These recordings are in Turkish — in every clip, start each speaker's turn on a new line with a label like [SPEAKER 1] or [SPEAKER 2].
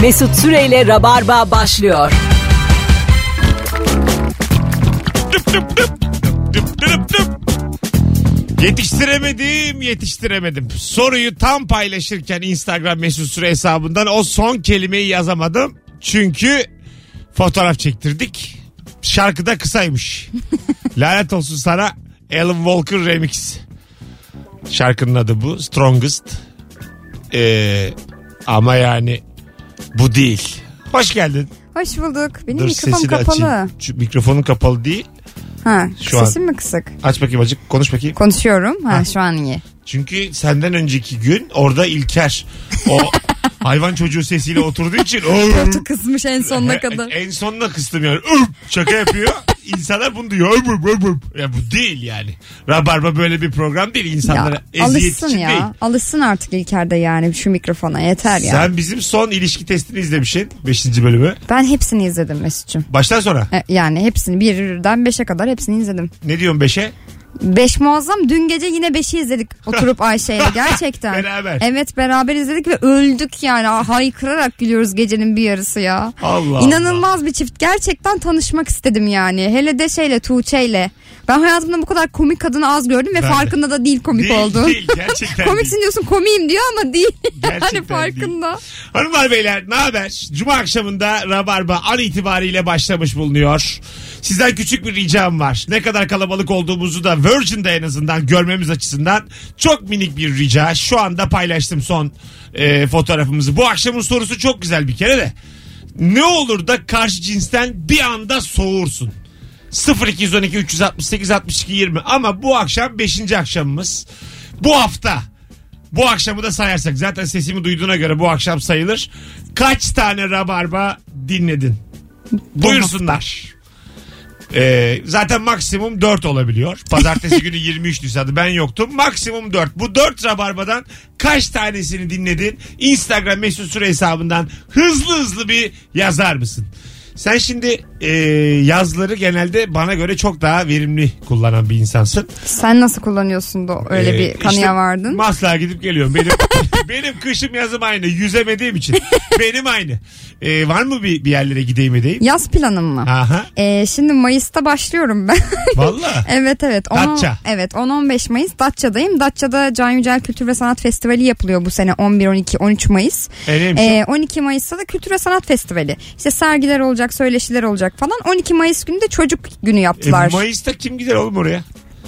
[SPEAKER 1] Mesut Süreyle Rabarba başlıyor.
[SPEAKER 2] Düp düp düp. Düp düp düp. Yetiştiremedim, yetiştiremedim. Soruyu tam paylaşırken Instagram mesut süre hesabından o son kelimeyi yazamadım. Çünkü fotoğraf çektirdik. Şarkı da kısaymış. Lanet olsun sana Alan Walker Remix. Şarkının adı bu. Strongest. Ee, ama yani bu değil. Hoş geldin.
[SPEAKER 3] Hoş bulduk. Benim
[SPEAKER 2] Dur
[SPEAKER 3] mikrofonum
[SPEAKER 2] sesini
[SPEAKER 3] kapalı.
[SPEAKER 2] açayım. Şu mikrofonun kapalı değil.
[SPEAKER 3] Ha,
[SPEAKER 2] Şu an-
[SPEAKER 3] sesim mi kısık?
[SPEAKER 2] Aç bakayım acık konuş bakayım.
[SPEAKER 3] Konuşuyorum. Ha,
[SPEAKER 2] Ha.
[SPEAKER 3] şu an iyi.
[SPEAKER 2] Çünkü senden önceki gün orada İlker o hayvan çocuğu sesiyle oturduğu için
[SPEAKER 3] Koltuğu kısmış en sonuna kadar.
[SPEAKER 2] en sonuna kıstım yani Öv! şaka yapıyor. İnsanlar bunu duyuyor. Öv, öv, öv, öv. Ya bu değil yani. Rabarba böyle bir program değil. İnsanlara
[SPEAKER 3] Ya,
[SPEAKER 2] eziyet
[SPEAKER 3] alışsın
[SPEAKER 2] için
[SPEAKER 3] ya.
[SPEAKER 2] değil.
[SPEAKER 3] Alışsın artık İlker'de yani şu mikrofona yeter ya.
[SPEAKER 2] Sen bizim son ilişki testini izlemişsin. 5. bölümü.
[SPEAKER 3] Ben hepsini izledim Mesut'cum.
[SPEAKER 2] Baştan sonra.
[SPEAKER 3] E, Yani hepsini birden beşe kadar hepsini izledim.
[SPEAKER 2] Ne diyorsun 5'e?
[SPEAKER 3] Beş muazzam. Dün gece yine beşi izledik oturup Ayşe'yle gerçekten.
[SPEAKER 2] Beraber.
[SPEAKER 3] Evet beraber izledik ve öldük yani. Ah, Haykırarak gülüyoruz gecenin bir yarısı ya.
[SPEAKER 2] Allah
[SPEAKER 3] İnanılmaz bir çift. Gerçekten tanışmak istedim yani. Hele de şeyle Tuğçe'yle. Ben hayatımda bu kadar komik kadını az gördüm
[SPEAKER 2] Ben
[SPEAKER 3] ve
[SPEAKER 2] de.
[SPEAKER 3] farkında da değil komik
[SPEAKER 2] Değil,
[SPEAKER 3] olduğu.
[SPEAKER 2] değil, gerçekten
[SPEAKER 3] Komiksin diyorsun komiyim diyor ama değil.
[SPEAKER 2] Gerçekten
[SPEAKER 3] yani Hani farkında.
[SPEAKER 2] Hanımlar beyler ne haber? Cuma akşamında Rabarba an itibariyle başlamış bulunuyor. Sizden küçük bir ricam var. Ne kadar kalabalık olduğumuzu da Virgin'de en azından görmemiz açısından çok minik bir rica. Şu anda paylaştım son e, fotoğrafımızı. Bu akşamın sorusu çok güzel bir kere de. Ne olur da karşı cinsten bir anda soğursun. 0212 368 62 20 ama bu akşam 5. akşamımız. Bu hafta bu akşamı da sayarsak zaten sesimi duyduğuna göre bu akşam sayılır. Kaç tane rabarba dinledin? Buyursunlar. Ee, zaten maksimum 4 olabiliyor. Pazartesi günü 23'tü hadi ben yoktum. Maksimum 4. Bu 4 rabarbadan kaç tanesini dinledin? Instagram mesut süre hesabından hızlı hızlı bir yazar mısın? Sen şimdi e, yazları genelde bana göre çok daha verimli kullanan bir insansın.
[SPEAKER 3] Sen nasıl kullanıyorsun da öyle
[SPEAKER 2] Ee,
[SPEAKER 3] bir kanıya
[SPEAKER 2] işte
[SPEAKER 3] vardın?
[SPEAKER 2] Maslak'a gidip geliyorum. Benim benim kışım yazım aynı. Yüzemediğim için. benim aynı. Ee, var mı bir, bir yerlere gideyim edeyim?
[SPEAKER 3] Yaz planım mı?
[SPEAKER 2] Aha.
[SPEAKER 3] Ee, şimdi Mayıs'ta başlıyorum ben.
[SPEAKER 2] Valla.
[SPEAKER 3] evet evet. On-
[SPEAKER 2] Datça.
[SPEAKER 3] Evet 10-15 Mayıs Datça'dayım. Datça'da Can Yücel Kültür ve Sanat Festivali yapılıyor bu sene 11-12-13 Mayıs.
[SPEAKER 2] E, neymiş
[SPEAKER 3] Ee, 12 Mayıs'ta da Kültür ve Sanat Festivali. İşte sergiler olacak, söyleşiler olacak falan. 12 Mayıs günü de çocuk günü
[SPEAKER 2] E,
[SPEAKER 3] yaptılar.
[SPEAKER 2] Mayıs'ta kim gider oğlum oraya?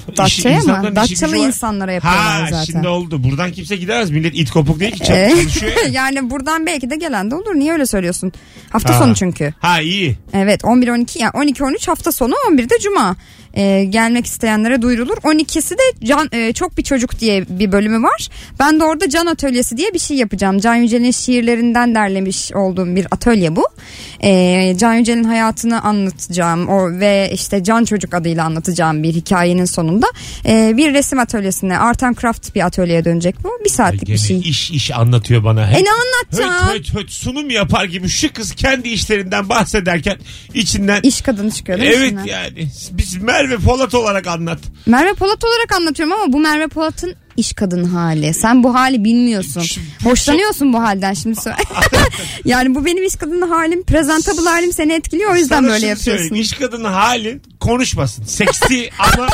[SPEAKER 2] İşi-
[SPEAKER 3] Datça'ya
[SPEAKER 2] insanların işi
[SPEAKER 3] mı? Datçalı
[SPEAKER 2] gücü var.
[SPEAKER 3] insanlara yapıyorlar
[SPEAKER 2] Ha
[SPEAKER 3] zaten.
[SPEAKER 2] şimdi oldu. Buradan kimse gidemez. Millet it kopuk değil ki.
[SPEAKER 3] Ee,
[SPEAKER 2] Çabuk çalışıyor. ya.
[SPEAKER 3] yani buradan belki de gelen de olur. Niye öyle söylüyorsun? Hafta
[SPEAKER 2] Ha.
[SPEAKER 3] sonu çünkü.
[SPEAKER 2] Ha iyi.
[SPEAKER 3] Evet 11 12 yani 12 13 hafta sonu 11'de cuma. Ee, gelmek isteyenlere duyurulur. 12'si de can e, çok bir çocuk diye bir bölümü var. Ben de orada can atölyesi diye bir şey yapacağım. Can Yücel'in şiirlerinden derlemiş olduğum bir atölye bu. Ee, can Yücel'in hayatını anlatacağım o ve işte Can Çocuk adıyla anlatacağım bir hikayenin sonunda Ee, bir resim atölyesine Art and Craft bir atölyeye dönecek bu. Bir
[SPEAKER 2] Ay,
[SPEAKER 3] saatlik
[SPEAKER 2] gene
[SPEAKER 3] bir şey.
[SPEAKER 2] İş iş anlatıyor bana.
[SPEAKER 3] E
[SPEAKER 2] Hep
[SPEAKER 3] ne
[SPEAKER 2] höt
[SPEAKER 3] anlatacağım?
[SPEAKER 2] höt höt sunum yapar gibi şu kız kendi işlerinden bahsederken içinden
[SPEAKER 3] İş kadını çıkıyor değil mi
[SPEAKER 2] Evet
[SPEAKER 3] içinden?
[SPEAKER 2] yani. Biz Merve Polat olarak anlat.
[SPEAKER 3] Merve Polat olarak anlatıyorum ama bu Merve Polat'ın iş kadın hali. Sen bu hali bilmiyorsun. Hoşlanıyorsun bu halden şimdi. sö- yani bu benim iş kadını halim. Presentable halim seni etkiliyor o yüzden
[SPEAKER 2] Sana
[SPEAKER 3] böyle
[SPEAKER 2] şunu
[SPEAKER 3] yapıyorsun.
[SPEAKER 2] söyleyeyim. İş kadını halin konuşmasın. Seksi ama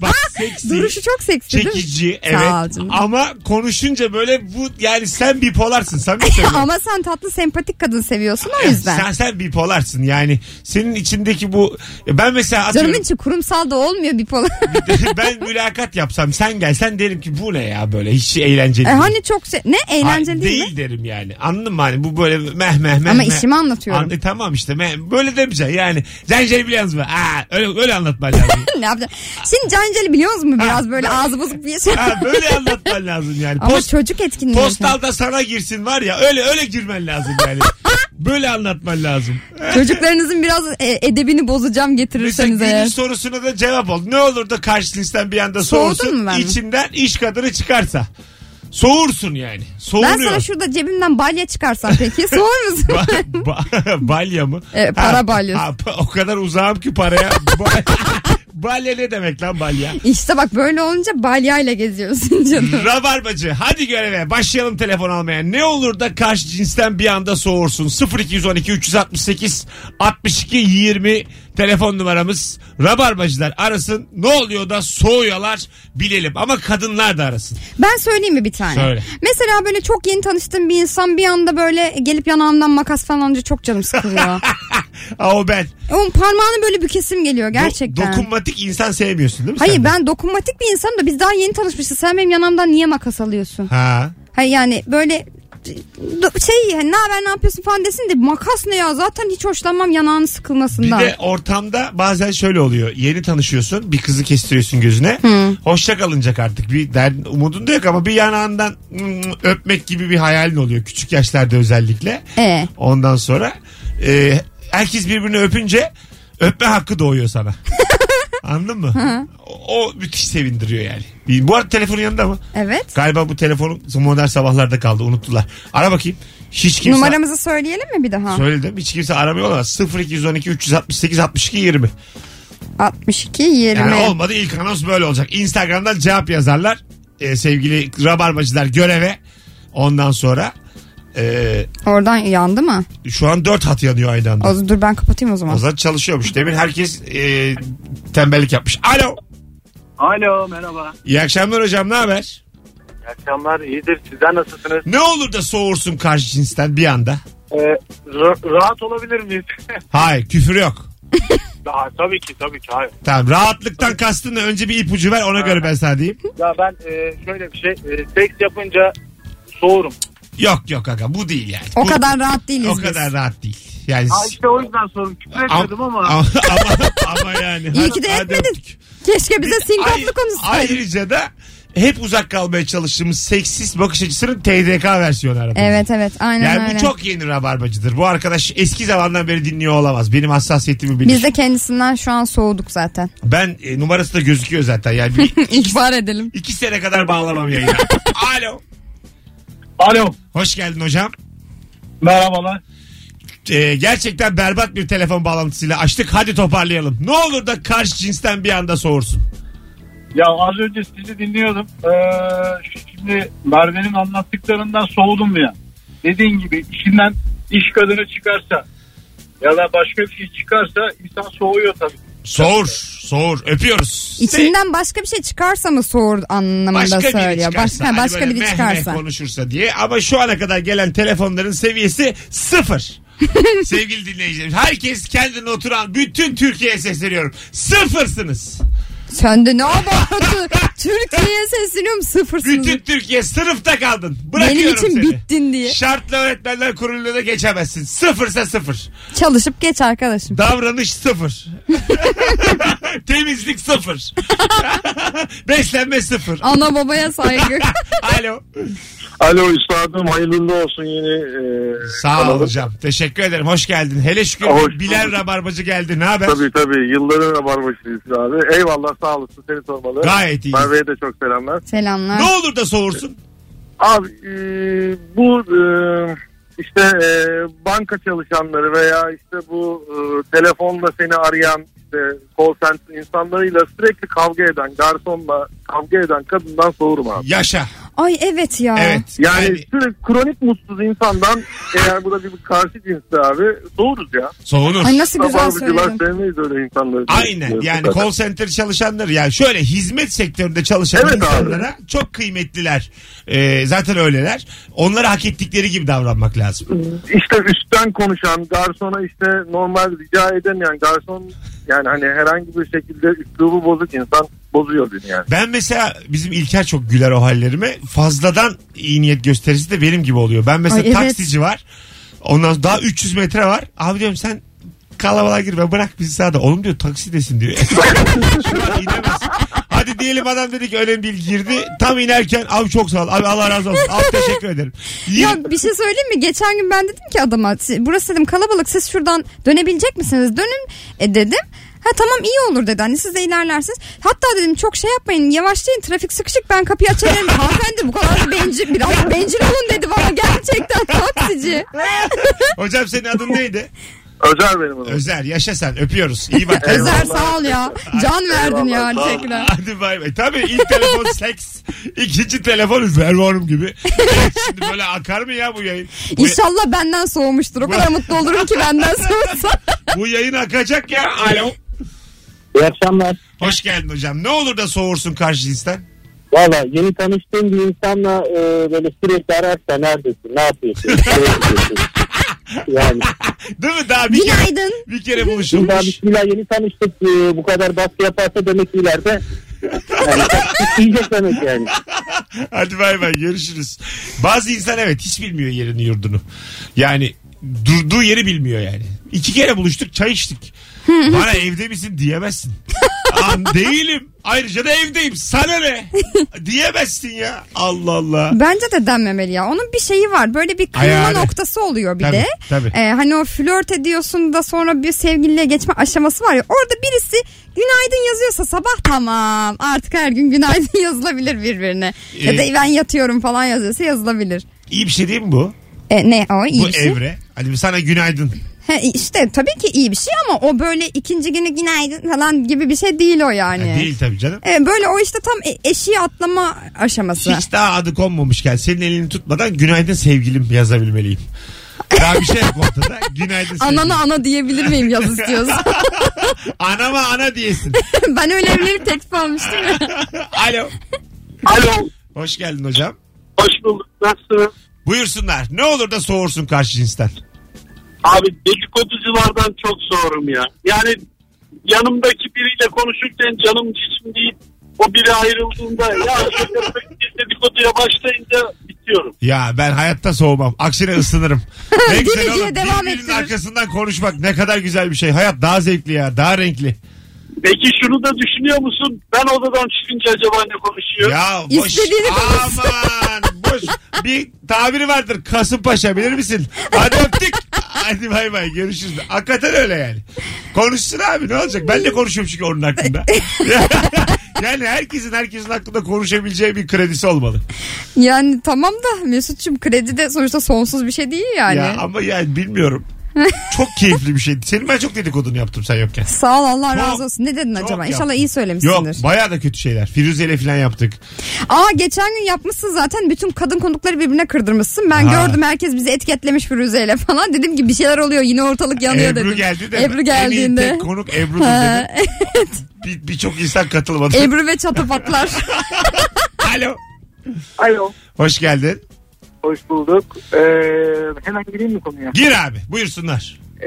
[SPEAKER 2] bak seksi.
[SPEAKER 3] Duruşu çok seksi değil mi?
[SPEAKER 2] çekici
[SPEAKER 3] Sağ ol
[SPEAKER 2] evet
[SPEAKER 3] canım.
[SPEAKER 2] ama konuşunca böyle bu yani sen bipolarsın sen mi söylüyorsun?
[SPEAKER 3] Ama sen tatlı sempatik kadın seviyorsun o yüzden.
[SPEAKER 2] Sen sen bipolarsın yani senin içindeki bu ben mesela atıyorum,
[SPEAKER 3] Canımın içi kurumsal da olmuyor bipolar.
[SPEAKER 2] ben mülakat yapsam sen gelsen derim ki bu ne ya böyle hiç eğlenceli
[SPEAKER 3] e
[SPEAKER 2] değil.
[SPEAKER 3] hani çok se- ne eğlenceli
[SPEAKER 2] Ay,
[SPEAKER 3] değil, mi?
[SPEAKER 2] derim yani anladın mı hani bu böyle meh meh meh
[SPEAKER 3] Ama
[SPEAKER 2] meh.
[SPEAKER 3] işimi anlatıyorum.
[SPEAKER 2] Anlı- tamam işte meh- böyle demeyeceksin yani şey zencefil biliyorsunuz mu? Aa, öyle, öyle anlatman lazım.
[SPEAKER 3] ne yapacağım? Şimdi Canceli biliyor musun biraz böyle ağzı bozuk bir şey.
[SPEAKER 2] Ha, böyle anlatman lazım yani.
[SPEAKER 3] Ama
[SPEAKER 2] Post-
[SPEAKER 3] çocuk etkinliği.
[SPEAKER 2] postalda sana girsin var ya öyle öyle girmen lazım yani. böyle anlatman lazım. Hani
[SPEAKER 3] Çocuklarınızın biraz e, edebini bozacağım
[SPEAKER 2] Mesela
[SPEAKER 3] getirirseniz
[SPEAKER 2] günün
[SPEAKER 3] eğer.
[SPEAKER 2] sorusuna da cevap ol. Ne olur da karşı cinsten bir anda
[SPEAKER 3] Soğudun mu
[SPEAKER 2] soğursun.
[SPEAKER 3] ben mi?
[SPEAKER 2] içinden iş kadını çıkarsa. Soğursun yani.
[SPEAKER 3] Ben
[SPEAKER 2] Soğunuyor.
[SPEAKER 3] sana şurada cebimden balya çıkarsam peki soğur musun?
[SPEAKER 2] Ba- ba- balya mı?
[SPEAKER 3] E, para balyası.
[SPEAKER 2] ha, pa- o kadar uzağım ki paraya. Ba- Balya ne demek lan balya?
[SPEAKER 3] İşte bak böyle olunca balyayla geziyorsun canım.
[SPEAKER 2] Hmm. Rabarbacı hadi göreve başlayalım telefon almaya. Ne olur da karşı cinsten bir anda soğursun. 0212 368 62 20 telefon numaramız. Rabarbacılar arasın ne oluyor da soğuyorlar bilelim. Ama kadınlar da arasın.
[SPEAKER 3] Ben söyleyeyim mi bir tane?
[SPEAKER 2] Söyle.
[SPEAKER 3] Mesela böyle çok yeni tanıştığım bir insan bir anda böyle gelip yanağımdan makas falan alınca çok canım sıkılıyor.
[SPEAKER 2] Aa, o ben. Do-
[SPEAKER 3] Onun parmağını böyle bükesim geliyor gerçekten.
[SPEAKER 2] dokunmatik insan sevmiyorsun değil mi
[SPEAKER 3] Hayır
[SPEAKER 2] sen de?
[SPEAKER 3] ben dokunmatik bir insanım da biz daha yeni tanışmışız. Sen benim yanağımdan niye makas alıyorsun?
[SPEAKER 2] Ha.
[SPEAKER 3] Hayır yani böyle do- şey yani ne haber ne yapıyorsun falan desin de makas ne ya zaten hiç hoşlanmam yanağının
[SPEAKER 2] Bir
[SPEAKER 3] sıkılmasından.
[SPEAKER 2] de ortamda bazen şöyle oluyor. Yeni tanışıyorsun. Bir kızı kestiriyorsun gözüne. Hoşça kalınacak artık. Bir derdin, umudun da yok ama bir yanağından mm, öpmek gibi bir hayalin oluyor. Küçük yaşlarda özellikle.
[SPEAKER 3] Ee?
[SPEAKER 2] Ondan sonra e, herkes birbirini öpünce öpme hakkı doğuyor sana. Anladın mı? O, o müthiş sevindiriyor yani. Bir- Bu arada telefonun yanında mı?
[SPEAKER 3] Evet.
[SPEAKER 2] Galiba bu telefonum modern sabahlarda kaldı unuttular. Ara bakayım. Hiç kimse
[SPEAKER 3] Numaramızı söyleyelim mi bir daha?
[SPEAKER 2] söyledim. Hiç kimse aramıyor olamaz. 0212 368 62 20.
[SPEAKER 3] 62 20.
[SPEAKER 2] Yani olmadı ilk anons böyle olacak. Instagram'dan cevap yazarlar. Ee, sevgili rabarbacılar göreve. Ondan sonra e,
[SPEAKER 3] Oradan yandı mı?
[SPEAKER 2] şu an dört hat yanıyor aynı anda.
[SPEAKER 3] O, dur ben kapatayım o zaman.
[SPEAKER 2] O zaman çalışıyormuş. Demin herkes e, tembellik yapmış. Alo.
[SPEAKER 4] Alo merhaba.
[SPEAKER 2] İyi akşamlar hocam ne haber?
[SPEAKER 4] İyi akşamlar iyidir sizden nasılsınız?
[SPEAKER 2] Ne olur da soğursun karşı cinsten bir anda.
[SPEAKER 4] Ee, ra- rahat olabilir miyiz?
[SPEAKER 2] Hayır küfür yok.
[SPEAKER 4] Daha, tabii ki tabii ki hayır.
[SPEAKER 2] Tamam rahatlıktan kastın ne? önce bir ipucu ver ona göre ben sana diyeyim.
[SPEAKER 4] Ya ben e, şöyle bir şey e, seks yapınca soğurum.
[SPEAKER 2] Yok yok aga bu değil yani.
[SPEAKER 3] O
[SPEAKER 2] Bu-
[SPEAKER 3] kadar rahat değiliz
[SPEAKER 2] o
[SPEAKER 3] biz.
[SPEAKER 2] kadar rahat değil. Yani
[SPEAKER 4] Ha işte o yüzden sorum küfür
[SPEAKER 2] Am-
[SPEAKER 4] etmedim ama.
[SPEAKER 2] ama, ama yani.
[SPEAKER 3] İyi ki de
[SPEAKER 2] Hadi
[SPEAKER 3] etmedin.
[SPEAKER 2] öptük.
[SPEAKER 3] Keşke bize
[SPEAKER 2] Ayrı-
[SPEAKER 3] sinkoplu konuşsaydın.
[SPEAKER 2] Ayrıca da hep uzak kalmaya çalıştığımız seksist bakış açısının TDK versiyonu aramızda.
[SPEAKER 3] Evet evet aynen
[SPEAKER 2] Yani
[SPEAKER 3] öyle.
[SPEAKER 2] bu çok yeni rabarbacıdır. Bu arkadaş eski zamandan beri dinliyor olamaz. Benim hassasiyetimi bilir.
[SPEAKER 3] Biz de kendisinden şu an soğuduk zaten.
[SPEAKER 2] Ben e, numarası da gözüküyor zaten. Yani bir,
[SPEAKER 3] İhbar edelim.
[SPEAKER 2] iki sene kadar bağlamam yayına. Alo.
[SPEAKER 4] Alo
[SPEAKER 2] Hoş geldin hocam.
[SPEAKER 4] merhabalar.
[SPEAKER 2] E, gerçekten berbat bir telefon bağlantısıyla açtık. Hadi toparlayalım. Ne olur da karşı cinsten bir anda soğursun.
[SPEAKER 4] Ya az önce sizi dinliyordum. Ee, şu- şimdi Merve'nin anlattıklarından soğudum ya. Dediğin gibi işinden iş kadını çıkarsa ya da başka bir şey çıkarsa insan soğuyor tabii.
[SPEAKER 2] Soğur. Soğur. Öpüyoruz.
[SPEAKER 3] İçinden başka bir şey çıkarsa mı soğur anlamında
[SPEAKER 2] başka biri
[SPEAKER 3] söylüyor.
[SPEAKER 2] çıkarsa.
[SPEAKER 3] başka
[SPEAKER 2] hani
[SPEAKER 3] başka
[SPEAKER 2] böyle
[SPEAKER 3] biri
[SPEAKER 2] meh meh
[SPEAKER 3] çıkarsa.
[SPEAKER 2] konuşursa diye. Ama şu ana kadar gelen telefonların seviyesi sıfır. Sevgili dinleyicilerim herkes kendine oturan bütün Türkiye'ye sesleniyorum. Sıfırsınız.
[SPEAKER 3] Söndü ne oldu? Türkiye'ye sesleniyorum sıfırsınız.
[SPEAKER 2] Bütün Türkiye sınıfta kaldın. Bırakıyorum
[SPEAKER 3] Benim
[SPEAKER 2] seni.
[SPEAKER 3] için bittin diye.
[SPEAKER 2] Şartlı öğretmenler kuruluna geçemezsin. Sıfırsa sıfır.
[SPEAKER 3] Çalışıp geç arkadaşım.
[SPEAKER 2] Davranış sıfır. Temizlik sıfır. Beslenme sıfır.
[SPEAKER 3] Ana babaya saygı.
[SPEAKER 2] Alo.
[SPEAKER 5] Alo üstadım hayırlı olsun yeni e,
[SPEAKER 2] Sağ ol
[SPEAKER 5] kanalı.
[SPEAKER 2] hocam. Teşekkür ederim. Hoş geldin. Hele şükür
[SPEAKER 5] Hoş bulduk.
[SPEAKER 2] Bilal Rabarbacı geldi. Ne haber?
[SPEAKER 5] Tabii tabii yılların rabarbacısıyız abi. Eyvallah sağ olasın seni sormalı.
[SPEAKER 2] Gayet iyi.
[SPEAKER 5] Merve'ye de çok selamlar.
[SPEAKER 3] Selamlar.
[SPEAKER 2] Ne olur da soğursun.
[SPEAKER 5] Abi e, bu e, işte e, banka çalışanları veya işte bu e, telefonla seni arayan işte call center insanlarıyla sürekli kavga eden garsonla kavga eden kadından soğurum abi.
[SPEAKER 2] Yaşa.
[SPEAKER 3] Ay evet ya.
[SPEAKER 2] Evet.
[SPEAKER 5] Yani,
[SPEAKER 2] Yani
[SPEAKER 5] sürekli kronik mutsuz insandan eğer bu da bir karşı cinsi abi soğuruz ya.
[SPEAKER 2] soğunur.
[SPEAKER 3] Ay nasıl güzel
[SPEAKER 5] Rabarbacılar
[SPEAKER 3] söyledin.
[SPEAKER 5] sevmeyiz öyle insanları.
[SPEAKER 2] Aynen yani call center çalışanları yani şöyle hizmet sektöründe çalışan
[SPEAKER 5] Evet abi.
[SPEAKER 2] insanlara çok kıymetliler Ee, zaten öyleler onlara hak ettikleri gibi davranmak lazım
[SPEAKER 5] İşte üstten konuşan garsona işte normal rica edemeyen garson yani hani herhangi bir şekilde üslubu bozuk insan bozuyor beni yani.
[SPEAKER 2] ben mesela bizim İlker çok güler o hallerime fazladan iyi niyet gösterisi de benim gibi oluyor ben mesela
[SPEAKER 3] Ay, evet.
[SPEAKER 2] taksici var ondan sonra daha 300 metre var abi diyorum sen kalabalığa girme bırak bizi sağda oğlum diyor taksi desin diyor Şu an inemez. Hadi diyelim adam dedi ki önemli değil girdi. Tam inerken abi çok sağ ol. Abi Allah razı olsun. Abi teşekkür ederim. Yine-
[SPEAKER 3] Ya bir şey söyleyeyim mi? Geçen gün ben dedim ki adama "Si- burası dedim kalabalık siz şuradan dönebilecek misiniz? Dönün e, dedim. Ha tamam iyi olur dedi. Hani siz de ilerlersiniz. Hatta dedim çok şey yapmayın yavaşlayın trafik sıkışık ben kapıyı açarım. Hanımefendi bu kadar da bencil biraz bencil olun dedi bana gerçekten taksici.
[SPEAKER 2] Hocam senin adın neydi?
[SPEAKER 5] Özel benim adım.
[SPEAKER 2] Özer yaşa sen öpüyoruz. İyi bak.
[SPEAKER 3] Özer sağ ol ya. Can verdin ya
[SPEAKER 5] Eyvallah, sağ ol.
[SPEAKER 3] gerçekten.
[SPEAKER 2] Hadi bay bay. Tabii ilk telefon seks. ikinci telefon üzervorum gibi. Şimdi böyle akar mı ya bu yayın? Bu,
[SPEAKER 3] İnşallah benden soğumuştur. O kadar mutlu olurum ki benden soğusa.
[SPEAKER 2] bu yayın akacak ya. Alo.
[SPEAKER 6] İyi akşamlar.
[SPEAKER 2] Hoş geldin hocam. Ne olur da soğursun karşı cinsten.
[SPEAKER 6] Valla yeni tanıştığım bir insanla e, böyle sürekli ararsa neredesin, ne yapıyorsun, ne yapıyorsun? yani
[SPEAKER 2] Değil mi? Daha bir kere,
[SPEAKER 3] Günaydın.
[SPEAKER 2] bir kere
[SPEAKER 6] şimdi daha
[SPEAKER 2] buluşulmuş.
[SPEAKER 6] bismillah yeni tanıştık e, bu kadar baskı yaparsa demek ki ileride yani, isteyecek demek yani.
[SPEAKER 2] Hadi bay bay görüşürüz. Bazı insan evet hiç bilmiyor yerini yurdunu. Yani durduğu yeri bilmiyor yani. İki kere buluştuk çay içtik. Bana evde misin diyemezsin. An değilim. Ayrıca da evdeyim. Sana ne? Diyemezsin ya. Allah Allah.
[SPEAKER 3] Bence de denmemeli ya. Onun bir şeyi var. Böyle bir kırılma
[SPEAKER 2] Ayarı.
[SPEAKER 3] noktası oluyor bir
[SPEAKER 2] Tabii,
[SPEAKER 3] de.
[SPEAKER 2] tabii.
[SPEAKER 3] Ee, hani o flört ediyorsun da sonra bir sevgililiğe geçme aşaması var ya. Orada birisi günaydın yazıyorsa sabah tamam. Artık her gün günaydın yazılabilir birbirine. ya
[SPEAKER 2] Ee,
[SPEAKER 3] da ben yatıyorum falan yazıyorsa yazılabilir.
[SPEAKER 2] İyi bir şey değil mi bu?
[SPEAKER 3] E, ne o iyi
[SPEAKER 2] bu
[SPEAKER 3] bir şey.
[SPEAKER 2] evre. Hani sana günaydın.
[SPEAKER 3] He, işte tabii ki iyi bir şey ama o böyle ikinci günü günaydın falan gibi bir şey değil o
[SPEAKER 2] Ha,
[SPEAKER 3] yani.
[SPEAKER 2] değil tabii canım.
[SPEAKER 3] E, böyle o işte tam e- eşiği atlama aşaması.
[SPEAKER 2] Hiç daha adı konmamışken senin elini tutmadan günaydın sevgilim yazabilmeliyim. Daha bir şey yok ortada. Günaydın sevgilim.
[SPEAKER 3] Anana ana diyebilir miyim yaz istiyorsan?
[SPEAKER 2] Anama ana diyesin.
[SPEAKER 3] ben öyle evlenip teklif almıştım ya.
[SPEAKER 2] Alo.
[SPEAKER 5] Alo.
[SPEAKER 2] Hoş geldin hocam.
[SPEAKER 5] Hoş bulduk. Nasılsın?
[SPEAKER 2] Buyursunlar. Ne olur da soğursun karşı cinsten.
[SPEAKER 5] Abi dedikoduculardan çok sorum ya. Yani yanımdaki biriyle konuşurken canım cisim değil. O biri ayrıldığında ya şu köpek dedikoduya başlayınca bitiyorum.
[SPEAKER 2] Ya ben hayatta soğumam. Aksine ısınırım. Ne
[SPEAKER 3] mi
[SPEAKER 2] güzel
[SPEAKER 3] diye
[SPEAKER 2] oğlum.
[SPEAKER 3] devam
[SPEAKER 2] Birbirinin
[SPEAKER 3] ettirir.
[SPEAKER 2] arkasından konuşmak ne kadar güzel bir şey. Hayat daha zevkli ya. Daha renkli.
[SPEAKER 5] Peki şunu da düşünüyor musun? Ben odadan çıkınca acaba ne konuşuyor?
[SPEAKER 2] Ya boş.
[SPEAKER 3] İstediğini konuş.
[SPEAKER 2] Aman boş. Bir tabiri vardır. Kasımpaşa bilir misin? Hadi öptük. Hadi bay bay görüşürüz. Hakikaten öyle yani. Konuşsun abi ne olacak? Ben de konuşuyorum çünkü onun hakkında. yani herkesin herkesin hakkında konuşabileceği bir kredisi olmalı.
[SPEAKER 3] Yani tamam da Mesut'cum kredi de sonuçta sonsuz bir şey değil yani.
[SPEAKER 2] Ya ama yani bilmiyorum. çok keyifli bir şeydi. Senin ben çok dedikodunu yaptım sen yokken.
[SPEAKER 3] Sağ ol Allah
[SPEAKER 2] Çok-
[SPEAKER 3] razı olsun. Ne dedin
[SPEAKER 2] çok
[SPEAKER 3] acaba?
[SPEAKER 2] yaptım.
[SPEAKER 3] İnşallah iyi
[SPEAKER 2] Yok
[SPEAKER 3] söylemişsindir.
[SPEAKER 2] bayağı da kötü şeyler. Firuze ile falan yaptık.
[SPEAKER 3] Aa geçen gün yapmışsın zaten bütün kadın konukları birbirine kırdırmışsın. Ben
[SPEAKER 2] Ha.
[SPEAKER 3] gördüm herkes bizi etiketlemiş Firuze'yle falan. Dedim ki bir şeyler oluyor yine ortalık yanıyor
[SPEAKER 2] Ebru
[SPEAKER 3] dedim.
[SPEAKER 2] geldi de. En
[SPEAKER 3] Ebru
[SPEAKER 2] iyi
[SPEAKER 3] geldiğinde.
[SPEAKER 2] tek konuk Ebru
[SPEAKER 3] Ha,
[SPEAKER 2] dedi. Bir- Birçok insan katılmadı.
[SPEAKER 3] Ebru ve çatapatlar.
[SPEAKER 2] Alo.
[SPEAKER 7] Alo.
[SPEAKER 2] Hoş geldin.
[SPEAKER 7] Hoş bulduk. Ee, hemen gireyim mi konuya?
[SPEAKER 2] Gir abi buyursunlar.
[SPEAKER 7] Ee,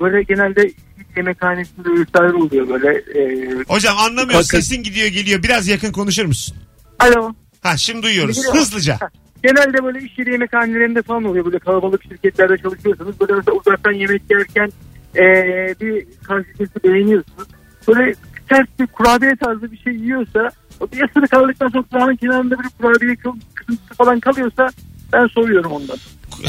[SPEAKER 7] böyle genelde yemekhanesinde üstler oluyor böyle. Ee,
[SPEAKER 2] Hocam anlamıyoruz
[SPEAKER 7] Bakın.
[SPEAKER 2] sesin gidiyor geliyor. Biraz yakın konuşur musun?
[SPEAKER 7] alo.
[SPEAKER 2] Ha şimdi duyuyoruz.
[SPEAKER 7] Geliyor.
[SPEAKER 2] Hızlıca.
[SPEAKER 7] Genelde böyle iş yeri yemekhanelerinde falan oluyor. Böyle kalabalık şirketlerde çalışıyorsanız böyle mesela uzaktan yemek yerken ee, bir karşısını beğeniyorsunuz. Böyle ters bir kurabiye tarzı bir şey yiyorsa o bir ısırık aldıktan sonra kulağın kenarında bir kurabiye kı- kırıntısı falan kalıyorsa ben soruyorum ondan.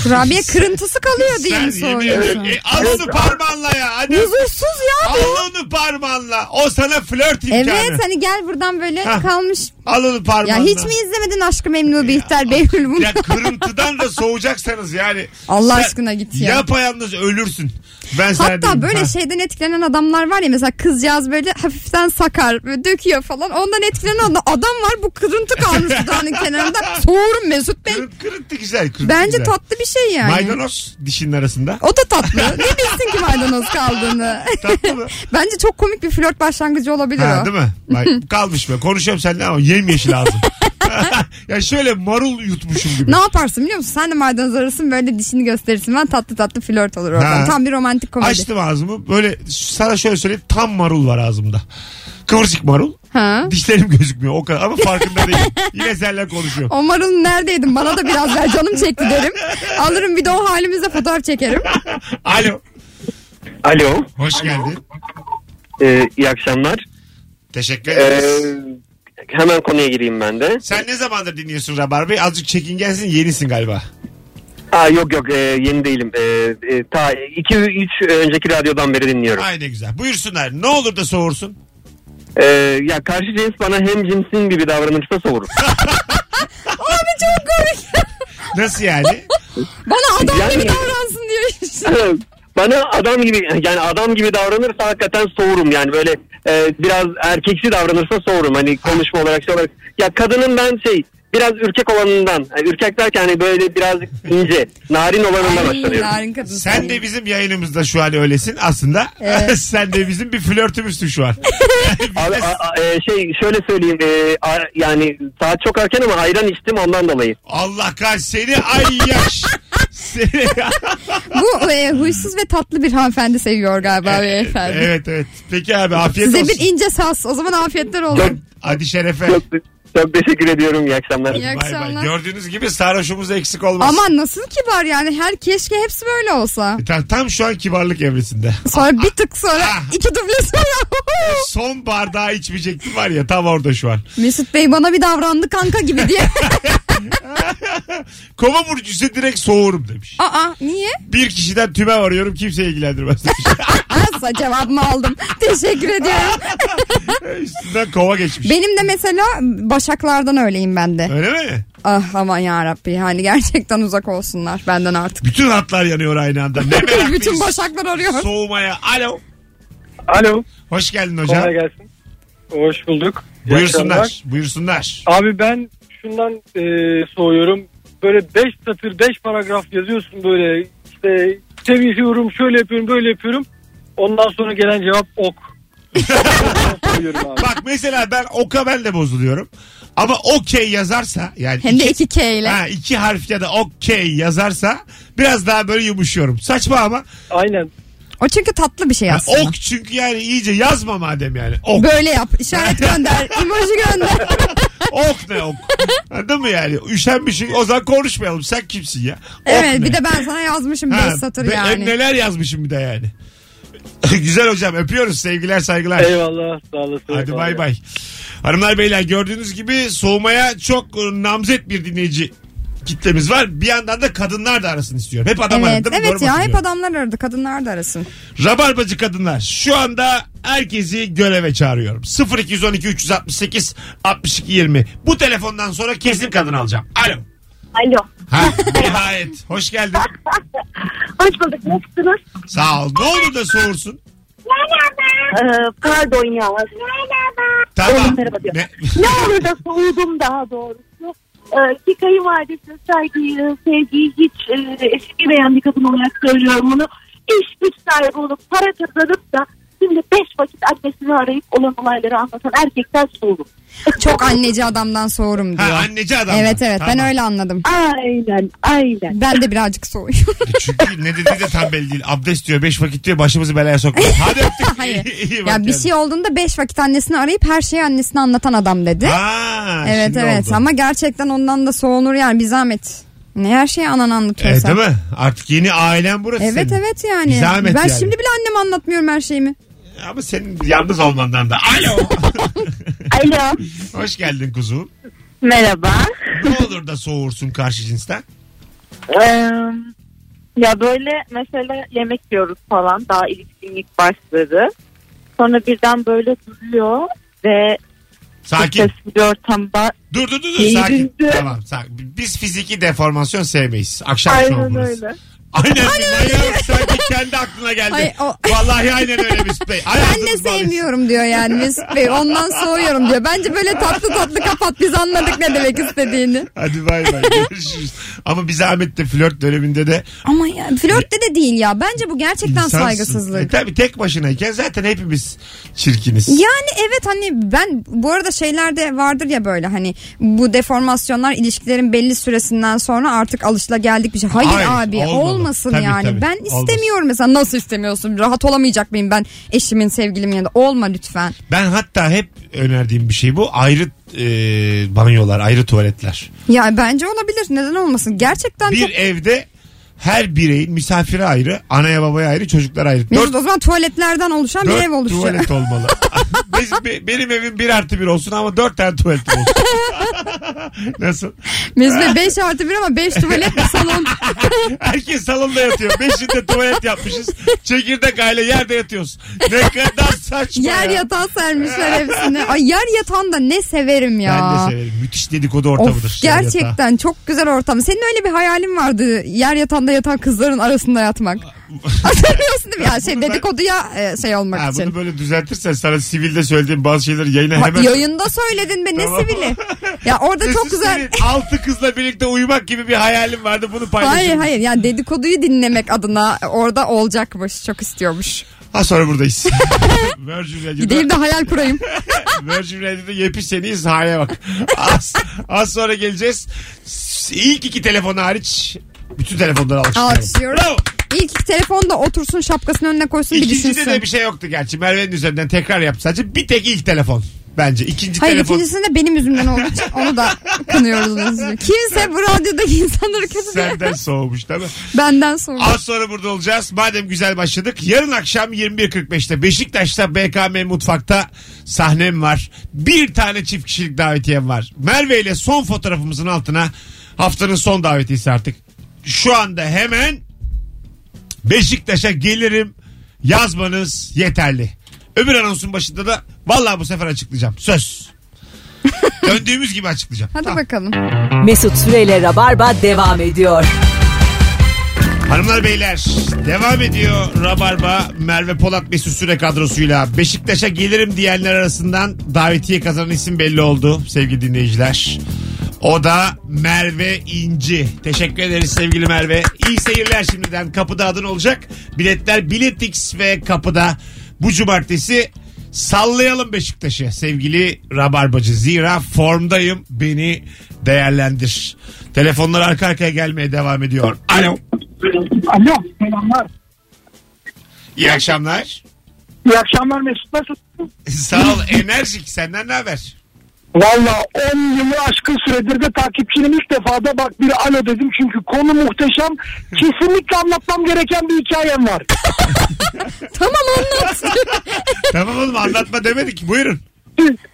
[SPEAKER 3] Kurabiye kırıntısı kalıyor diye mi
[SPEAKER 2] Sen yemin ederim.
[SPEAKER 3] soruyorsun?
[SPEAKER 2] E, al onu parmağınla ya. Hadi.
[SPEAKER 3] Huzursuz ya.
[SPEAKER 2] Al onu parmağınla. O sana flört imkanı.
[SPEAKER 3] Evet hani gel buradan böyle
[SPEAKER 2] Ha.
[SPEAKER 3] kalmış.
[SPEAKER 2] Al onu parmağınla.
[SPEAKER 3] Ya hiç mi izlemedin Aşkı Memnu Bihter Behlül bunu?
[SPEAKER 2] Ya kırıntıdan da soğuyacaksanız yani.
[SPEAKER 3] Allah
[SPEAKER 2] Sen
[SPEAKER 3] aşkına git ya.
[SPEAKER 2] Yapayalnız ölürsün. Ben sana
[SPEAKER 3] Hatta
[SPEAKER 2] diyeyim.
[SPEAKER 3] böyle şey-
[SPEAKER 2] Ha.
[SPEAKER 3] şeyden etkilenen adamlar var ya mesela kızcağız böyle hafiften sakar böyle döküyor falan. Ondan etkilenen adam, adam var bu kırıntı kalmış dudağının kenarında. Soğurum Mesut Bey.
[SPEAKER 2] Kırın- Kırıntı güzel. Kırıntı
[SPEAKER 3] Bence
[SPEAKER 2] güzel.
[SPEAKER 3] tatlı bir şey yani.
[SPEAKER 2] Maydanoz dişinin arasında.
[SPEAKER 3] O da tatlı. ne bilsin ki maydanoz kaldığını.
[SPEAKER 2] Tatlı mı?
[SPEAKER 3] Bence çok komik bir flört başlangıcı olabilir
[SPEAKER 2] Ha,
[SPEAKER 3] o.
[SPEAKER 2] değil mi? Bak, kalmış be. Konuşuyorum seninle ama yemyeşil ağzım. ya şöyle marul yutmuşum gibi.
[SPEAKER 3] Ne yaparsın biliyor musun? Sen de maydanoz arasın böyle dişini gösterirsin. Ben tatlı tatlı flört olur
[SPEAKER 2] Ha.
[SPEAKER 3] oradan. Tam bir romantik komedi.
[SPEAKER 2] Açtım ağzımı. Böyle sana şöyle söyleyeyim. Tam marul var ağzımda. Kıvırcık marul.
[SPEAKER 3] Ha?
[SPEAKER 2] Dişlerim gözükmüyor o kadar ama farkında değilim. Yine seninle konuşuyorum.
[SPEAKER 3] O marul neredeydin? Bana da biraz ver canım çekti derim. Alırım bir de o halimizle fotoğraf çekerim.
[SPEAKER 2] Alo.
[SPEAKER 6] Alo,
[SPEAKER 2] Hoş geldin.
[SPEAKER 6] e, iyi akşamlar.
[SPEAKER 5] Ee,
[SPEAKER 2] Teşekkür
[SPEAKER 6] E,
[SPEAKER 2] ederiz.
[SPEAKER 6] hemen konuya gireyim ben de.
[SPEAKER 2] Sen ne zamandır dinliyorsun Rabarba'yı? Azıcık çekingensin yenisin galiba.
[SPEAKER 6] Aa, yok yok e, yeni değilim. E, e, ta 2-3 önceki radyodan beri dinliyorum.
[SPEAKER 2] Ay ne güzel. Buyursunlar. Ne olur da soğursun.
[SPEAKER 6] E, ya karşı cins bana hem cinsin gibi davranırsa savurur.
[SPEAKER 3] Abi çok komik.
[SPEAKER 2] Nasıl yani?
[SPEAKER 3] Bana adam gibi
[SPEAKER 6] Yani-
[SPEAKER 3] şey. davransın diyor.
[SPEAKER 6] Bana adam gibi yani adam gibi davranırsa hakikaten soğurum yani böyle e, biraz erkeksi davranırsa soğurum hani konuşma olarak şey olarak. Ya kadının ben şey biraz ürkek olanından yani ürkek derken hani böyle birazcık ince narin olanından
[SPEAKER 3] Ay,
[SPEAKER 6] hoşlanıyorum.
[SPEAKER 3] narin kadın.
[SPEAKER 2] Sen de bizim yayınımızda şu an öylesin aslında. Sen de bizim bir flörtümüzsün şu an.
[SPEAKER 6] Abi, a- a- e, şey şöyle söyleyeyim e, a- yani saat çok erken ama ayran içtim ondan dolayı.
[SPEAKER 2] Allah kahretsin seni ay yaş. Seni...
[SPEAKER 3] Bu e, huysuz ve tatlı bir hanımefendi seviyor galiba beyefendi.
[SPEAKER 2] evet evet. Peki abi afiyet
[SPEAKER 3] Size
[SPEAKER 2] olsun.
[SPEAKER 3] bir ince sas. O zaman afiyetler
[SPEAKER 6] Çok,
[SPEAKER 3] olsun.
[SPEAKER 2] Hadi şerefe.
[SPEAKER 6] çok, çok teşekkür ediyorum iyi akşamlar.
[SPEAKER 3] İyi
[SPEAKER 2] Bay bay.
[SPEAKER 3] akşamlar.
[SPEAKER 2] Gördüğünüz gibi sarhoşumuz eksik olmaz.
[SPEAKER 3] Aman nasıl kibar yani. Her keşke hepsi böyle olsa.
[SPEAKER 2] E, Tam, tam şu an kibarlık evresinde.
[SPEAKER 3] Sonra bir tık sonra
[SPEAKER 2] ah.
[SPEAKER 3] iki duble sonra.
[SPEAKER 2] Son bardağı içmeyecektim var ya tam orada şu an.
[SPEAKER 3] Mesut Bey bana bir davrandı kanka gibi diye.
[SPEAKER 2] Kova burcusu direkt soğurum demiş.
[SPEAKER 3] Aa niye?
[SPEAKER 2] Bir kişiden tüme arıyorum kimse ilgilendirmez demiş.
[SPEAKER 3] Asla cevabımı aldım. Teşekkür ediyorum.
[SPEAKER 2] Üstünden kova geçmiş.
[SPEAKER 3] Benim de mesela başaklardan öyleyim ben de.
[SPEAKER 2] Öyle mi?
[SPEAKER 3] Ah aman yarabbi yani gerçekten uzak olsunlar benden artık.
[SPEAKER 2] Bütün hatlar yanıyor aynı anda. Ne meraklıyız.
[SPEAKER 3] Bütün başaklar arıyor.
[SPEAKER 2] Soğumaya. Alo.
[SPEAKER 4] Alo.
[SPEAKER 2] Hoş geldin hocam.
[SPEAKER 4] Kolay gelsin. Hoş bulduk. İyi akşamlar.
[SPEAKER 2] Buyursunlar. Buyursunlar.
[SPEAKER 4] Abi ben şundan e, soğuyorum. Böyle 5 satır 5 paragraf yazıyorsun böyle işte seviyorum şöyle yapıyorum böyle yapıyorum. Ondan sonra gelen cevap ok. Ondan soğuyorum abi.
[SPEAKER 2] Bak mesela ben oka ben de bozuluyorum. Ama okey yazarsa yani
[SPEAKER 3] Hem de 2K ile.
[SPEAKER 2] ha, iki harf ya da okey yazarsa biraz daha böyle yumuşuyorum. Saçma ama.
[SPEAKER 4] Aynen.
[SPEAKER 3] O çünkü tatlı bir şey
[SPEAKER 2] Ha,
[SPEAKER 3] aslında.
[SPEAKER 2] ok çünkü yani iyice yazma madem yani. Ok.
[SPEAKER 3] Böyle yap. işaret gönder. emoji gönder.
[SPEAKER 2] ok ne ok. Anladın mı yani? Üşenmişsin o zaman konuşmayalım. Sen kimsin ya? Ok
[SPEAKER 3] Evet
[SPEAKER 2] ne?
[SPEAKER 3] bir de ben sana yazmışım
[SPEAKER 2] Ha,
[SPEAKER 3] 5 satır
[SPEAKER 2] ve- hem
[SPEAKER 3] yani.
[SPEAKER 2] Neler yazmışım bir de yani. Güzel hocam öpüyoruz sevgiler saygılar.
[SPEAKER 4] Eyvallah sağ olasın.
[SPEAKER 2] Hadi bay bay. Hanımlar beyler gördüğünüz gibi soğumaya çok e, namzet bir dinleyici kitlemiz var. Bir yandan da kadınlar da arasın istiyorum. Hep adam
[SPEAKER 3] Evet
[SPEAKER 2] aradı, değil mi?
[SPEAKER 3] evet
[SPEAKER 2] Doğru
[SPEAKER 3] ya hep
[SPEAKER 2] hatırlıyorum.
[SPEAKER 3] adamlar aradı kadınlar da arasın.
[SPEAKER 2] Rabarbacı kadınlar şu anda herkesi göreve çağırıyorum. 0212 368 62 20. Bu telefondan sonra kesin kadın alacağım. Alo.
[SPEAKER 8] Alo.
[SPEAKER 2] Ha, nihayet. Hoş geldin.
[SPEAKER 8] Hoş bulduk. Nasılsınız?
[SPEAKER 2] Sağ ol. Ne olur da soğursun.
[SPEAKER 8] Ee, pardon ya.
[SPEAKER 2] Tamam.
[SPEAKER 8] Oğlum merhaba diyor.
[SPEAKER 2] Ne?
[SPEAKER 8] Ne olur da soğudum daha doğrusu. Ee, ki kayınvalidesine saygıyı, sevgiyi hiç e, eskimeyen bir kadın olarak söylüyorum bunu. İş güç sahibi olup para kazanıp da şimdi beş vakit annesini arayıp olan olayları anlatan erkekten soğudum.
[SPEAKER 3] Çok anneci adamdan soğurum diyor.
[SPEAKER 2] Ha, anneci adam.
[SPEAKER 3] evet evet ben
[SPEAKER 2] Tamam.
[SPEAKER 3] öyle anladım.
[SPEAKER 8] Aynen, aynen.
[SPEAKER 3] Ben de birazcık soğuyum.
[SPEAKER 2] Çünkü ne dediği de tam belli değil. Abdest diyor, beş vakit diyor, başımızı belaya sokmuyor. Hadi öptük.
[SPEAKER 3] Hayır.
[SPEAKER 2] İyi- iyi bak
[SPEAKER 3] ya bir
[SPEAKER 2] yani.
[SPEAKER 3] şey olduğunda 5 vakit annesini arayıp her şeyi annesine anlatan adam dedi.
[SPEAKER 2] Ha,
[SPEAKER 3] evet
[SPEAKER 2] şimdi
[SPEAKER 3] evet
[SPEAKER 2] oldu.
[SPEAKER 3] ama gerçekten ondan da soğunur yani bir zahmet. Ne her şeyi anan anlatıyor
[SPEAKER 2] Evet
[SPEAKER 3] sen.
[SPEAKER 2] E, değil mi? Artık yeni ailen burası
[SPEAKER 3] Evet
[SPEAKER 2] senin.
[SPEAKER 3] evet
[SPEAKER 2] Bir
[SPEAKER 3] yani.
[SPEAKER 2] zahmet
[SPEAKER 3] Ben
[SPEAKER 2] yani.
[SPEAKER 3] şimdi bile anneme anlatmıyorum her şeyimi.
[SPEAKER 2] Ama senin yalnız olmandan da. Alo.
[SPEAKER 8] Alo,
[SPEAKER 2] Hoş geldin kuzum.
[SPEAKER 8] merhaba.
[SPEAKER 2] Ne olur da soğursun karşı cinsten.
[SPEAKER 8] ya böyle mesela yemek yiyoruz falan daha ilişkin ilk başları. Sonra birden böyle duruyor ve
[SPEAKER 2] Sakin.
[SPEAKER 8] bir ortamda
[SPEAKER 2] Dur dur dur. dur.
[SPEAKER 8] Sessiz.
[SPEAKER 2] Sakin.
[SPEAKER 8] Sessiz.
[SPEAKER 2] Tamam sakin. Biz fiziki deformasyon sevmeyiz. Akşam şovu
[SPEAKER 8] aynen
[SPEAKER 2] burası.
[SPEAKER 8] öyle.
[SPEAKER 2] Aynen öyle. Aynen Sanki kendi aklına geldi.
[SPEAKER 3] Ay, o-
[SPEAKER 2] Vallahi aynen öyle Mesut Bey.
[SPEAKER 3] Ben de sevmiyorum diyor yani Mesut Bey. Ondan soğuyorum diyor. Bence böyle tatlı tatlı kapat. Biz anladık ne demek istediğini.
[SPEAKER 2] Hadi bay bay görüşürüz. Ama bir zahmet de flört döneminde de
[SPEAKER 3] Ama ya flörtte de değil ya. Bence bu gerçekten
[SPEAKER 2] insansın. E
[SPEAKER 3] saygısızlık.
[SPEAKER 2] tabii tek başınayken zaten hepimiz çirkiniz.
[SPEAKER 3] Yani evet hani ben bu arada şeylerde vardır ya böyle hani bu deformasyonlar ilişkilerin belli süresinden sonra artık alışla geldik bir şey. Hayır,
[SPEAKER 2] Hayır,
[SPEAKER 3] abi
[SPEAKER 2] olmalı.
[SPEAKER 3] olmasın
[SPEAKER 2] Tabii,
[SPEAKER 3] yani.
[SPEAKER 2] tabii.
[SPEAKER 3] Ben
[SPEAKER 2] Olmasın.
[SPEAKER 3] istemiyorum mesela nasıl istemiyorsun? Rahat olamayacak mıyım ben eşimin sevgilimin ya da olma lütfen.
[SPEAKER 2] Ben hatta hep önerdiğim bir şey bu. Ayrı e, banyolar, ayrı tuvaletler.
[SPEAKER 3] Ya bence olabilir. Neden olmasın? Gerçekten
[SPEAKER 2] Bir
[SPEAKER 3] çok
[SPEAKER 2] evde her bireyin misafire ayrı, anaya babaya ayrı, çocuklara ayrı.
[SPEAKER 3] Mesut o zaman tuvaletlerden oluşan bir
[SPEAKER 2] dört
[SPEAKER 3] ev oluşacak.
[SPEAKER 2] tuvalet olmalı. Biz- be- benim evim bir artı bir olsun ama dört tane tuvalet olsun. Nasıl?
[SPEAKER 3] Mesut Bey 5 artı 1 ama 5 tuvalet bir salon.
[SPEAKER 2] Herkes salonda yatıyor. Beşinde tuvalet yapmışız. Çekirdek aile yerde yatıyoruz. Ne kadar saçma
[SPEAKER 3] yer
[SPEAKER 2] ya.
[SPEAKER 3] yatağı sermişler hepsine. Ay yer yatağını da ne severim ya.
[SPEAKER 2] Ben de severim. Müthiş dedikodu ortamıdır.
[SPEAKER 3] Of
[SPEAKER 2] yer
[SPEAKER 3] gerçekten
[SPEAKER 2] yatağı.
[SPEAKER 3] çok güzel ortam. Senin öyle bir hayalin vardı yer yatağında yatan kızların arasında yatmak. Hatırlıyorsun değil mi? Yani şey
[SPEAKER 2] Bunu ben-
[SPEAKER 3] dedikoduya e, şey olmak
[SPEAKER 2] Ha,
[SPEAKER 3] için.
[SPEAKER 2] bunu böyle düzeltirsen sana sivilde söylediğim bazı şeyleri yayına
[SPEAKER 3] Ama
[SPEAKER 2] hemen...
[SPEAKER 3] Yayında söyledin be ne
[SPEAKER 2] Tamam.
[SPEAKER 3] sivili. Ya orada
[SPEAKER 2] Mesut
[SPEAKER 3] çok güzel.
[SPEAKER 2] senin altı kızla birlikte uyumak gibi bir hayalim vardı bunu paylaşırım.
[SPEAKER 3] Hayır hayır yani dedikoduyu dinlemek adına orada olacakmış çok istiyormuş.
[SPEAKER 2] Ha sonra buradayız. Virgin Radio'da,
[SPEAKER 3] Gideyim de hayal kurayım.
[SPEAKER 2] Virgin Radio'da yepyeniyiz. Haya bak. Az, az sonra geleceğiz. S- İlk iki telefon hariç bütün telefonları alkışlıyorum.
[SPEAKER 3] Alkışlıyorum.
[SPEAKER 2] Bravo.
[SPEAKER 3] İlk iki telefonda otursun şapkasının önüne koysun bir
[SPEAKER 2] İkincide
[SPEAKER 3] düşünsün.
[SPEAKER 2] de bir şey yoktu gerçi. Merve'nin üzerinden tekrar yap sadece. Bir tek ilk telefon bence. İkinci
[SPEAKER 3] Hayır
[SPEAKER 2] telefon.
[SPEAKER 3] ikincisinde benim yüzümden olduğu için onu da kınıyoruz. Kimse bu radyodaki insanları kötü diye
[SPEAKER 2] Senden soğumuş değil mi?
[SPEAKER 3] benden sonra.
[SPEAKER 2] Az sonra burada olacağız. Madem güzel başladık. Yarın akşam 21.45'te Beşiktaş'ta BKM Mutfak'ta sahnem var. Bir tane çift kişilik davetiyem var. Merve ile son fotoğrafımızın altına haftanın son davetiyesi artık. Şu anda hemen Beşiktaş'a gelirim yazmanız yeterli. Öbür anonsun başında da vallahi bu sefer açıklayacağım. Söz. Döndüğümüz gibi açıklayacağım.
[SPEAKER 3] Hadi
[SPEAKER 2] Tamam.
[SPEAKER 3] bakalım.
[SPEAKER 1] Mesut Süreyle Rabarba devam ediyor.
[SPEAKER 2] Hanımlar beyler devam ediyor Rabarba Merve Polat Mesut Süre kadrosuyla Beşiktaş'a gelirim diyenler arasından davetiye kazanan isim belli oldu sevgili dinleyiciler. O da Merve İnci. Teşekkür ederiz sevgili Merve. İyi seyirler şimdiden. Kapıda adın olacak. Biletler Biletix ve kapıda bu cumartesi sallayalım Beşiktaş'ı sevgili Rabarbacı. Zira formdayım beni değerlendir. Telefonlar arka arkaya gelmeye devam ediyor. Alo.
[SPEAKER 8] Alo selamlar.
[SPEAKER 2] İyi akşamlar.
[SPEAKER 8] İyi akşamlar Mesut Mesut.
[SPEAKER 2] Sağ ol. Enerjik. Senden ne haber?
[SPEAKER 8] Valla 10 yılı aşkın süredir de takipçinim ilk defa da bak bir alo dedim çünkü konu muhteşem. Kesinlikle anlatmam gereken bir hikayem var.
[SPEAKER 3] Tamam anlat.
[SPEAKER 2] tamam oğlum anlatma demedik. Buyurun.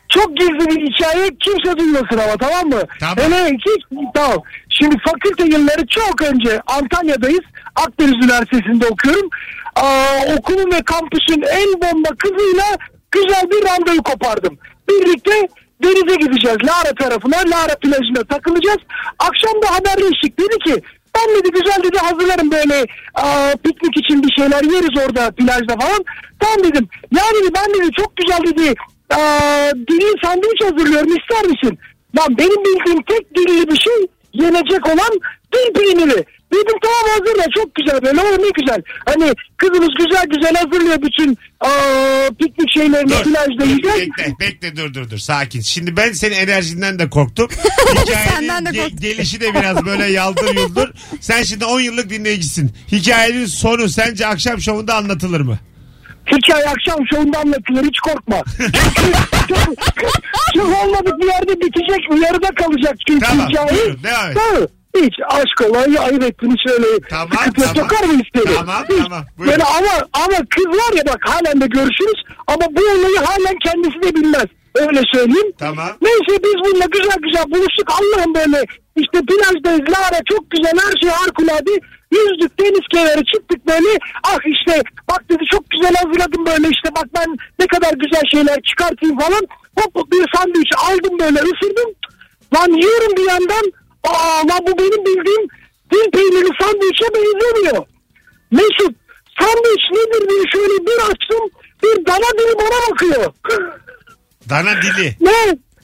[SPEAKER 8] Çok gizli bir hikaye kimse duymasın ama tamam mı?
[SPEAKER 2] Tamam.
[SPEAKER 8] Hele hiç tamam. Şimdi fakülte yılları çok önce Antalya'dayız. Akdeniz Üniversitesi'nde okuyorum. Aa, okulun ve kampüsün en bomba kızıyla güzel bir randevu kopardım. Birlikte denize gideceğiz. Lara tarafına, Lara plajına takılacağız. Akşam da haberleştik. Dedi ki ben dedi güzel dedi hazırlarım böyle aa, piknik için bir şeyler yeriz orada plajda falan. Tamam dedim. Ya dedi ben dedi çok güzel dedi Aa, dilli sandviç hazırlıyorum ister misin? Lan benim bildiğim tek dilli bir şey yenecek olan dil peyniri. Dedim tamam hazırla çok güzel böyle o ne güzel. Hani kızımız güzel güzel hazırlıyor bütün aa, piknik şeylerini
[SPEAKER 2] Dur.
[SPEAKER 8] plajda
[SPEAKER 2] Dur,
[SPEAKER 8] yiyecek.
[SPEAKER 2] bekle, bekle dur dur dur. Sakin. Şimdi ben senin enerjinden de korktum. Hikayenin
[SPEAKER 3] Senden de
[SPEAKER 2] ge-
[SPEAKER 3] korktum.
[SPEAKER 2] gelişi de biraz böyle yaldır yuldur. Sen şimdi 10 yıllık dinleyicisin. Hikayenin sonu sence akşam şovunda anlatılır mı?
[SPEAKER 8] Hikaye akşam şovunda anlatılır hiç korkma. Çünkü çok, çok olmadık bir yerde bitecek yarıda kalacak çünkü
[SPEAKER 2] Tamam,
[SPEAKER 8] hikaye.
[SPEAKER 2] buyurun, devam et.
[SPEAKER 8] Tabii. Hiç aşk olayı ayıp ettiğini söyle.
[SPEAKER 2] Tamam,
[SPEAKER 8] Sıkıntıya
[SPEAKER 2] tamam.
[SPEAKER 8] sokar mı istedi?
[SPEAKER 2] Tamam,
[SPEAKER 8] Hiç.
[SPEAKER 2] tamam, buyurun.
[SPEAKER 8] Böyle ama, ama kız var ya bak halen de görüşürüz ama bu olayı halen kendisi de bilmez. Öyle söyleyeyim.
[SPEAKER 2] Tamam.
[SPEAKER 8] Neyse şey biz bununla güzel güzel buluştuk. Allah'ım böyle işte plajdayız Lara çok güzel her şey harikulade. Yüzdük deniz kenarı çıktık böyle. Ah işte bak dedi çok güzel hazırladım böyle işte bak ben ne kadar güzel şeyler çıkartayım falan. Hop bir sandviç aldım böyle ısırdım. Lan yiyorum bir yandan. Aa lan bu benim bildiğim dil peynirli sandviçe benzemiyor. Mesut sandviç nedir diye şöyle bir açtım. Bir dana dilim ona bakıyor.
[SPEAKER 2] Dana dili.
[SPEAKER 8] Ne?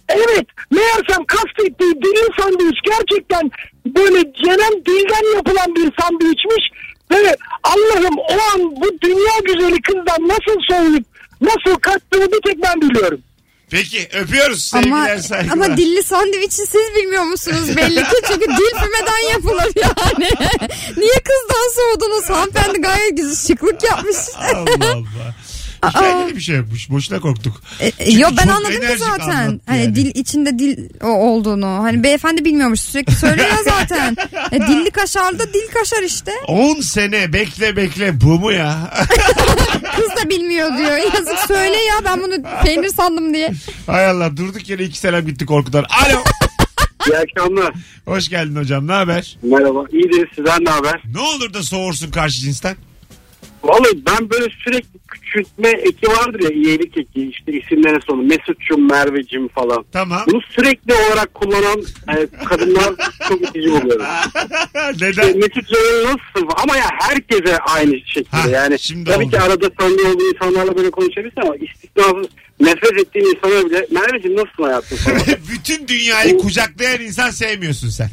[SPEAKER 8] Evet. Meğersem kastettiği dilin sandviç gerçekten böyle yenen dilden yapılan bir sandviçmiş. Ve Allah'ım o an bu dünya güzeli kızdan nasıl soğuyup nasıl kaçtığını bir tek ben biliyorum.
[SPEAKER 2] Peki öpüyoruz
[SPEAKER 3] ama,
[SPEAKER 2] sevgiler saygılar.
[SPEAKER 3] ama dilli sandviçi siz bilmiyor musunuz belli ki. Çünkü dil fümeden yapılır yani. Niye kızdan soğudunuz? Hanımefendi gayet güzel şıklık yapmış.
[SPEAKER 2] Allah Allah. Hikayede de bir şey yokmuş. Boşuna korktuk.
[SPEAKER 3] E, e,
[SPEAKER 2] Çünkü
[SPEAKER 3] Yo ben
[SPEAKER 2] çok
[SPEAKER 3] anladım ki
[SPEAKER 2] enerjik
[SPEAKER 3] zaten.
[SPEAKER 2] anlattı
[SPEAKER 3] Hani
[SPEAKER 2] yani.
[SPEAKER 3] dil içinde dil o olduğunu. Hani beyefendi bilmiyormuş sürekli söylüyor ya zaten. E, dilli kaşar da dil kaşar işte.
[SPEAKER 2] 10 sene bekle bekle bu mu ya?
[SPEAKER 3] Kız da bilmiyor diyor. Yazık söyle ya ben bunu peynir sandım diye.
[SPEAKER 2] Hay Allah durduk yere iki selam gitti korkudan. Alo.
[SPEAKER 5] İyi akşamlar.
[SPEAKER 2] Hoş geldin hocam ne haber?
[SPEAKER 5] Merhaba. İyidir. Sizden ne haber?
[SPEAKER 2] Ne olur da soğursun karşı cinsten.
[SPEAKER 6] Vallahi ben böyle sürekli küçültme eki vardır ya iyilik eki işte isimlerin sonu Mesut'cum Merve'cim falan.
[SPEAKER 2] Tamam.
[SPEAKER 6] Bunu sürekli olarak kullanan e, kadınlar çok itici buluyorum. İşte
[SPEAKER 2] Neden?
[SPEAKER 6] Mesut Zorlu'yu nasıl ama ya herkese aynı şekilde
[SPEAKER 2] Ha,
[SPEAKER 6] yani.
[SPEAKER 2] şimdi
[SPEAKER 6] Tabii
[SPEAKER 2] oldu.
[SPEAKER 6] ki arada samimi olduğu insanlarla böyle konuşabilirsin ama istisnasız nefret ettiğin insana bile Merve'cim nasılsın hayatım falan.
[SPEAKER 2] Bütün dünyayı kucaklayan insan sevmiyorsun sen.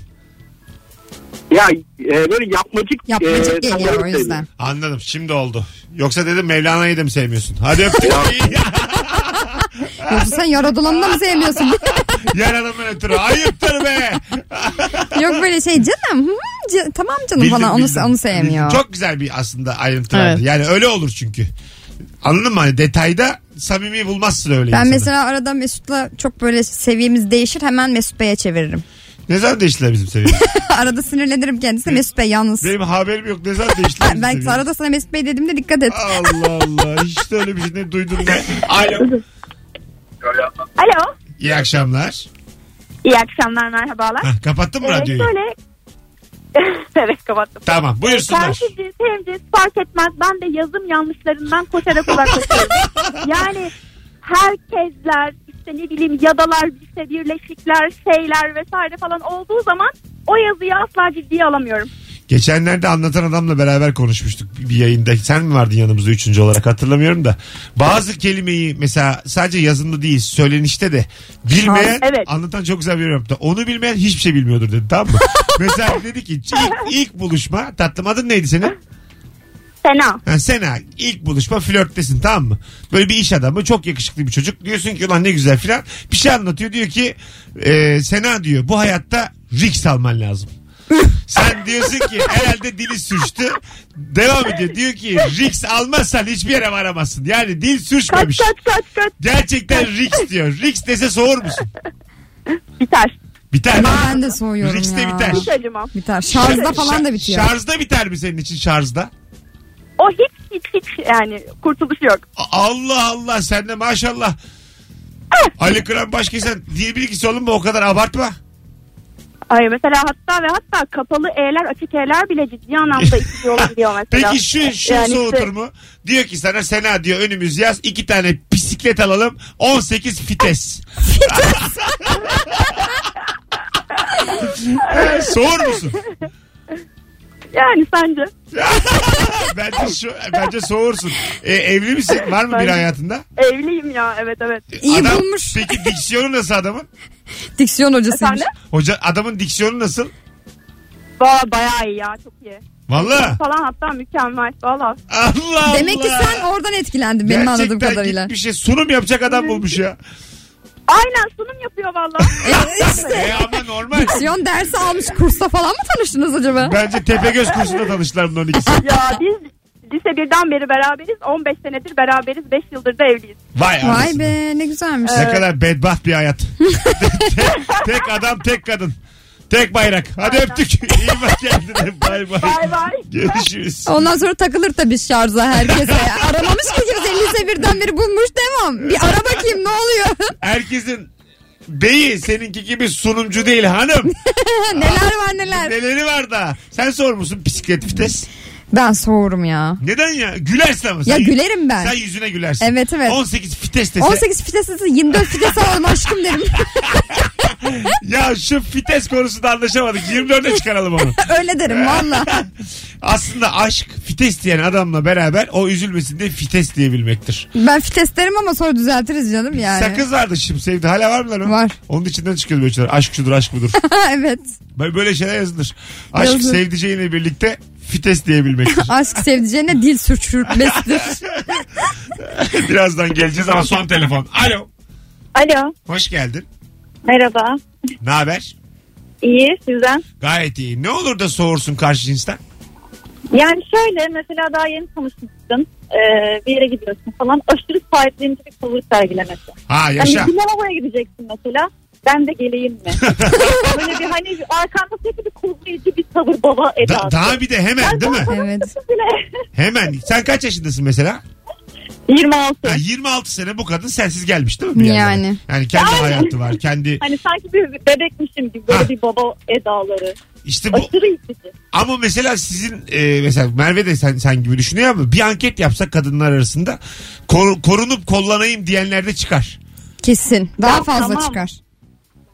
[SPEAKER 6] ya e, böyle yapmacık,
[SPEAKER 3] Yapmacık
[SPEAKER 6] e,
[SPEAKER 3] geliyor
[SPEAKER 6] tavırları
[SPEAKER 3] o
[SPEAKER 6] seviyorum.
[SPEAKER 3] yüzden.
[SPEAKER 2] Anladım şimdi oldu. Yoksa dedim Mevlana'yı da mı sevmiyorsun? Hadi öptük.
[SPEAKER 3] Yoksa sen yaradılanını da mı sevmiyorsun?
[SPEAKER 2] Yaralanma ötürü. Ayıptır be.
[SPEAKER 3] Yok böyle şey canım. hı, ca- tamam canım
[SPEAKER 2] Bildim,
[SPEAKER 3] falan onu
[SPEAKER 2] bildim.
[SPEAKER 3] onu sevmiyor.
[SPEAKER 2] Bildim. Çok güzel bir aslında ayrıntı
[SPEAKER 3] Evet.
[SPEAKER 2] verdi. Yani öyle olur çünkü. Anladın mı? Hani detayda samimi bulmazsın öyle
[SPEAKER 3] ben
[SPEAKER 2] insanı.
[SPEAKER 3] mesela arada Mesut'la çok böyle seviyemiz değişir hemen Mesut Bey'e çeviririm.
[SPEAKER 2] Ne zaman değiştiler bizim seviyemiz?
[SPEAKER 3] arada sinirlenirim kendisine Mesut Bey yalnız.
[SPEAKER 2] Benim haberim yok. Ne zaman değiştiler bizim
[SPEAKER 3] Belki
[SPEAKER 2] seviyemiz?
[SPEAKER 3] arada sana Mesut Bey dediğimde dikkat et.
[SPEAKER 2] Allah Allah. Hiç de öyle bir şey ne duydum ben. Alo.
[SPEAKER 8] Alo.
[SPEAKER 2] İyi akşamlar.
[SPEAKER 8] İyi akşamlar merhabalar.
[SPEAKER 2] Hah, kapattın mı
[SPEAKER 8] Evet
[SPEAKER 2] radyoyu?
[SPEAKER 8] şöyle. evet kapattım.
[SPEAKER 2] Tamam buyursunlar.
[SPEAKER 8] Karşı cins hem cins fark etmez. Ben de yazım yanlışlarından koşarak uzaklaşıyorum. yani herkesler işte ne bileyim yadalar işte birleşikler şeyler vesaire falan olduğu zaman o yazıyı asla ciddiye alamıyorum.
[SPEAKER 2] Geçenlerde anlatan adamla beraber konuşmuştuk bir bir yayında. Sen mi vardın yanımızda üçüncü olarak hatırlamıyorum da. Bazı kelimeyi mesela sadece yazında değil söylenişte de bilmeyen
[SPEAKER 8] Ha, evet.
[SPEAKER 2] anlatan çok güzel bir yorum yaptı. Onu bilmeyen hiçbir şey bilmiyordur dedi tamam mı? mesela dedi ki ilk, ilk buluşma tatlım adın neydi senin?
[SPEAKER 8] Fena.
[SPEAKER 2] Ha, Sena ilk buluşma flörttesin tamam mı? Böyle bir iş adamı çok yakışıklı bir çocuk. Diyorsun ki ulan ne güzel filan. Bir şey anlatıyor diyor ki e, Sena diyor bu hayatta risk alman lazım. Sen diyorsun ki herhalde dili sürçtü. Devam ediyor. Diyor ki risk almazsan hiçbir yere varamazsın. Yani dil
[SPEAKER 8] Kaç
[SPEAKER 2] sürçmemiş.
[SPEAKER 8] kaç kaç kaç
[SPEAKER 2] Gerçekten risk diyor. Risk dese soğur musun?
[SPEAKER 8] biter.
[SPEAKER 2] Biter.
[SPEAKER 3] Ben de soğuyorum
[SPEAKER 2] Riks de
[SPEAKER 3] ya.
[SPEAKER 2] biter.
[SPEAKER 8] Hiç acımam.
[SPEAKER 3] Biter. Şarjda falan da
[SPEAKER 2] Şa-
[SPEAKER 3] bitiyor.
[SPEAKER 2] Şarjda biter mi senin için şarjda?
[SPEAKER 8] O hiç hiç hiç yani kurtuluş yok.
[SPEAKER 2] A- Allah Allah sen de maşallah. Ali Kıran başkesen dil bilgisi olun mu o kadar abartma.
[SPEAKER 8] Ay mesela hatta ve hatta kapalı E'ler açık E'ler bile ciddi anlamda itici olabiliyor mesela.
[SPEAKER 2] Peki şu, şu
[SPEAKER 8] Yani işte-
[SPEAKER 2] soğutur mu? Diyor ki sana Sena diyor önümüz yaz iki tane bisiklet alalım 18 fites. Soğur musun?
[SPEAKER 8] Yani sence?
[SPEAKER 2] bence şu, bence soğursun. E, evli misin? Var mı bir
[SPEAKER 8] Bence-
[SPEAKER 2] hayatında?
[SPEAKER 8] Evliyim ya evet evet.
[SPEAKER 3] İyi bulmuş.
[SPEAKER 2] Peki diksiyonu nasıl adamın?
[SPEAKER 3] Diksiyon hocasıymış.
[SPEAKER 8] Efendim?
[SPEAKER 2] Hoca adamın diksiyonu nasıl?
[SPEAKER 8] Valla bayağı iyi ya çok iyi.
[SPEAKER 2] Valla.
[SPEAKER 8] Falan hatta mükemmel valla.
[SPEAKER 2] Allah
[SPEAKER 3] Demek ki
[SPEAKER 2] Allah.
[SPEAKER 3] sen oradan etkilendin benim anladığım
[SPEAKER 2] Gerçekten şey
[SPEAKER 3] kadarıyla.
[SPEAKER 2] gitmiş ya sunum yapacak adam bulmuş ya.
[SPEAKER 8] Aynen sunum yapıyor valla.
[SPEAKER 2] e ama normal.
[SPEAKER 3] Diksiyon dersi almış kursa falan mı tanıştınız acaba?
[SPEAKER 2] Bence Tepegöz kursunda tanıştılar bunların ikisi.
[SPEAKER 8] ya biz lise birden beri beraberiz. 15 senedir beraberiz. 5 yıldır da evliyiz.
[SPEAKER 2] Vay,
[SPEAKER 3] Vay
[SPEAKER 2] anasını.
[SPEAKER 3] be ne güzelmiş.
[SPEAKER 2] Ne kadar bedbaht bir hayat. tek, tek adam tek kadın. Tek bayrak. Hadi öptük. İyi bak kendine. Bay bay.
[SPEAKER 8] Bay bay.
[SPEAKER 2] Görüşürüz.
[SPEAKER 3] Ondan sonra takılır tabii şarja herkese. Aramamış ki kimse lise birden beri bulmuş devam. Bir ara bakayım ne oluyor?
[SPEAKER 2] Herkesin beyi seninki gibi sunumcu değil hanım.
[SPEAKER 3] neler var neler.
[SPEAKER 2] Neleri var da? Sen sormuşsun bisiklet vites.
[SPEAKER 3] Ben soğurum ya.
[SPEAKER 2] Neden ya? Gülersin ama.
[SPEAKER 3] Ya
[SPEAKER 2] Sen-
[SPEAKER 3] gülerim ben.
[SPEAKER 2] Sen yüzüne gülersin.
[SPEAKER 3] Evet, evet.
[SPEAKER 2] 18 vites dese.
[SPEAKER 3] 18 fitesi 24 fites alalım aşkım derim.
[SPEAKER 2] Ya şu fites konusunda anlaşamadık. 24'e çıkaralım onu.
[SPEAKER 3] Öyle derim valla.
[SPEAKER 2] Aslında aşk fites diyen adamla beraber o üzülmesin diye fites diyebilmektir.
[SPEAKER 3] Ben fites derim ama sonra düzeltiriz canım yani.
[SPEAKER 2] Sakız vardı şimdi sevdi. Hala var mı lan o?
[SPEAKER 3] Var.
[SPEAKER 2] Onun içinden çıkıyor böyle şeyler. Aşk şudur aşk budur.
[SPEAKER 3] evet.
[SPEAKER 2] Böyle böyle şeyler yazılır. Aşk
[SPEAKER 3] Yazılır.
[SPEAKER 2] sevdiceğiyle birlikte fites diyebilmektir.
[SPEAKER 3] Aşk sevdiceğine dil sürçürtmesidir.
[SPEAKER 2] Birazdan geleceğiz ama son telefon. Alo.
[SPEAKER 8] Alo.
[SPEAKER 2] Hoş geldin.
[SPEAKER 8] Merhaba.
[SPEAKER 2] Ne haber?
[SPEAKER 8] İyi sizden.
[SPEAKER 2] Gayet iyi. Ne olur da soğursun karşı cinsten?
[SPEAKER 8] Yani şöyle mesela daha yeni tanışmışsın. bir yere gidiyorsun falan. Aşırı sahiplenince bir tavır sergilemesi.
[SPEAKER 2] Ha
[SPEAKER 8] Hani
[SPEAKER 2] yaşa.
[SPEAKER 8] sinemaya gideceksin mesela. Ben de geleyim mi? Böyle bir hani bir arkanda sürekli bir kovlayıcı bir tavır baba
[SPEAKER 2] Da-
[SPEAKER 8] edası.
[SPEAKER 2] daha bir de hemen değil mi?
[SPEAKER 3] evet.
[SPEAKER 8] Bile.
[SPEAKER 2] Hemen. Sen kaç yaşındasın mesela?
[SPEAKER 8] 26.
[SPEAKER 2] Ha, 26 sene bu kadın sensiz gelmiş değil mi? bir
[SPEAKER 3] Yani.
[SPEAKER 2] yerlere? Yani kendi
[SPEAKER 8] Yani.
[SPEAKER 2] hayatı var. Kendi
[SPEAKER 8] Hani sanki bir bebekmişim gibi böyle
[SPEAKER 2] Ha.
[SPEAKER 8] bir baba edaları.
[SPEAKER 2] işte bu
[SPEAKER 8] Aşırı itici.
[SPEAKER 2] ama mesela sizin e, mesela Merve de sen, sen gibi düşünüyor ama bir anket yapsak kadınlar arasında kor- korunup kollanayım diyenler de çıkar.
[SPEAKER 3] Kesin. Daha
[SPEAKER 8] Ya,
[SPEAKER 3] fazla
[SPEAKER 8] tamam.
[SPEAKER 3] çıkar.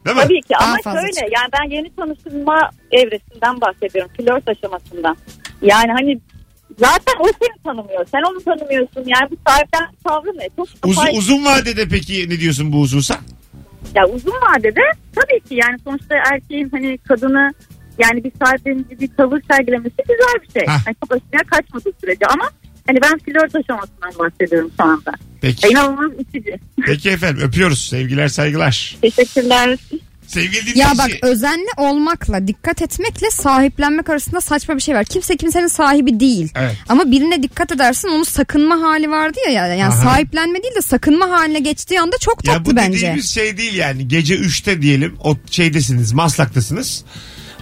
[SPEAKER 2] Değil mi?
[SPEAKER 8] Tabii ki
[SPEAKER 3] Daha
[SPEAKER 8] ama
[SPEAKER 3] fazla
[SPEAKER 8] şöyle
[SPEAKER 3] çık.
[SPEAKER 8] yani ben yeni tanışma evresinden bahsediyorum. Flört aşamasından. Yani hani zaten o seni tanımıyor. Sen onu tanımıyorsun. Yani bu sahipten tavrı ne? Çok
[SPEAKER 2] Uz-
[SPEAKER 8] yapay-
[SPEAKER 2] uzun vadede peki ne diyorsun bu hususa?
[SPEAKER 8] Ya uzun vadede tabii ki yani sonuçta erkeğin hani kadını yani bir sahiplenici bir tavır sergilemesi güzel bir şey.
[SPEAKER 2] Hah.
[SPEAKER 8] Hani çok aşırıya kaçmadığı sürece ama hani ben flört aşamasından bahsediyorum şu anda.
[SPEAKER 2] Peki.
[SPEAKER 8] Ya İnanılmaz itici.
[SPEAKER 2] Peki efendim öpüyoruz. Sevgiler saygılar.
[SPEAKER 8] Teşekkürler.
[SPEAKER 2] Sevgili
[SPEAKER 3] Ya
[SPEAKER 2] dinleyici.
[SPEAKER 3] bak özenli olmakla, dikkat etmekle sahiplenmek arasında saçma bir şey var. Kimse kimsenin sahibi değil.
[SPEAKER 2] Evet.
[SPEAKER 3] Ama birine dikkat edersin onun sakınma hali vardı ya. ya- Yani
[SPEAKER 2] Aha.
[SPEAKER 3] sahiplenme değil de sakınma haline geçtiği anda çok
[SPEAKER 2] Ya bu
[SPEAKER 3] tatlı bence.
[SPEAKER 2] dediğimiz şey değil yani. Gece 3'te diyelim o şeydesiniz Maslak'tasınız.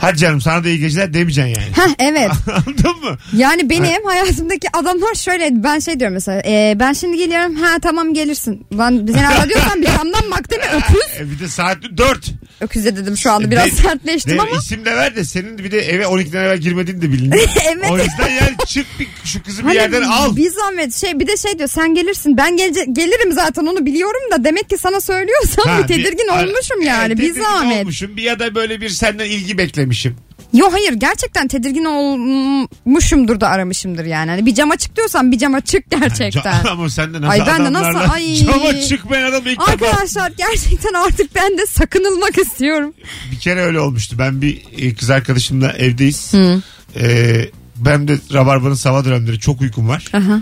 [SPEAKER 2] Hadi canım sana da iyi geceler demeyeceksin yani.
[SPEAKER 3] Heh evet.
[SPEAKER 2] Ah. Anladın mı?
[SPEAKER 3] Yani benim hayatımdaki adamlar şöyle ben şey diyorum mesela e, ben şimdi geliyorum ha tamam gelirsin. Lan seni arada diyorsan bir camdan bak değil mi öküz?
[SPEAKER 2] E bir de saat E, 4.
[SPEAKER 3] Öküze dedim şu anda biraz
[SPEAKER 2] De-
[SPEAKER 3] sertleştim
[SPEAKER 2] de,
[SPEAKER 3] ama.
[SPEAKER 2] İsim de ver de senin bir de eve 12'den evvel girmediğin de bilindi.
[SPEAKER 3] Evet.
[SPEAKER 2] O yüzden yani çık bir, şu kızı bir
[SPEAKER 3] Hani
[SPEAKER 2] yerden al.
[SPEAKER 3] Bir zahmet şey bir de şey diyor sen gelirsin ben gelece- gelirim zaten onu biliyorum da demek ki sana söylüyorsam
[SPEAKER 2] Ha,
[SPEAKER 3] bir tedirgin
[SPEAKER 2] bir-
[SPEAKER 3] olmuşum yani
[SPEAKER 2] Evet,
[SPEAKER 3] bir
[SPEAKER 2] tedirgin
[SPEAKER 3] zahmet.
[SPEAKER 2] olmuşum bir ya da böyle bir senden ilgi beklemişim.
[SPEAKER 3] Yo hayır gerçekten tedirgin olmuşumdur da aramışımdır yani. Hani bir cama çık diyorsan bir cama çık gerçekten.
[SPEAKER 2] Ca- Ama sen de nasıl
[SPEAKER 3] Ay, ben de nasıl-
[SPEAKER 2] adamlarla
[SPEAKER 3] ay.
[SPEAKER 2] cama çıkmayan adam ilk defa
[SPEAKER 3] Arkadaşlar gerçekten artık ben de sakınılmak istiyorum.
[SPEAKER 2] bir kere öyle olmuştu. Ben bir e, kız arkadaşımla evdeyiz. Ee, ben de Rabarba'nın sabah dönemleri çok uykum var.
[SPEAKER 3] Aha.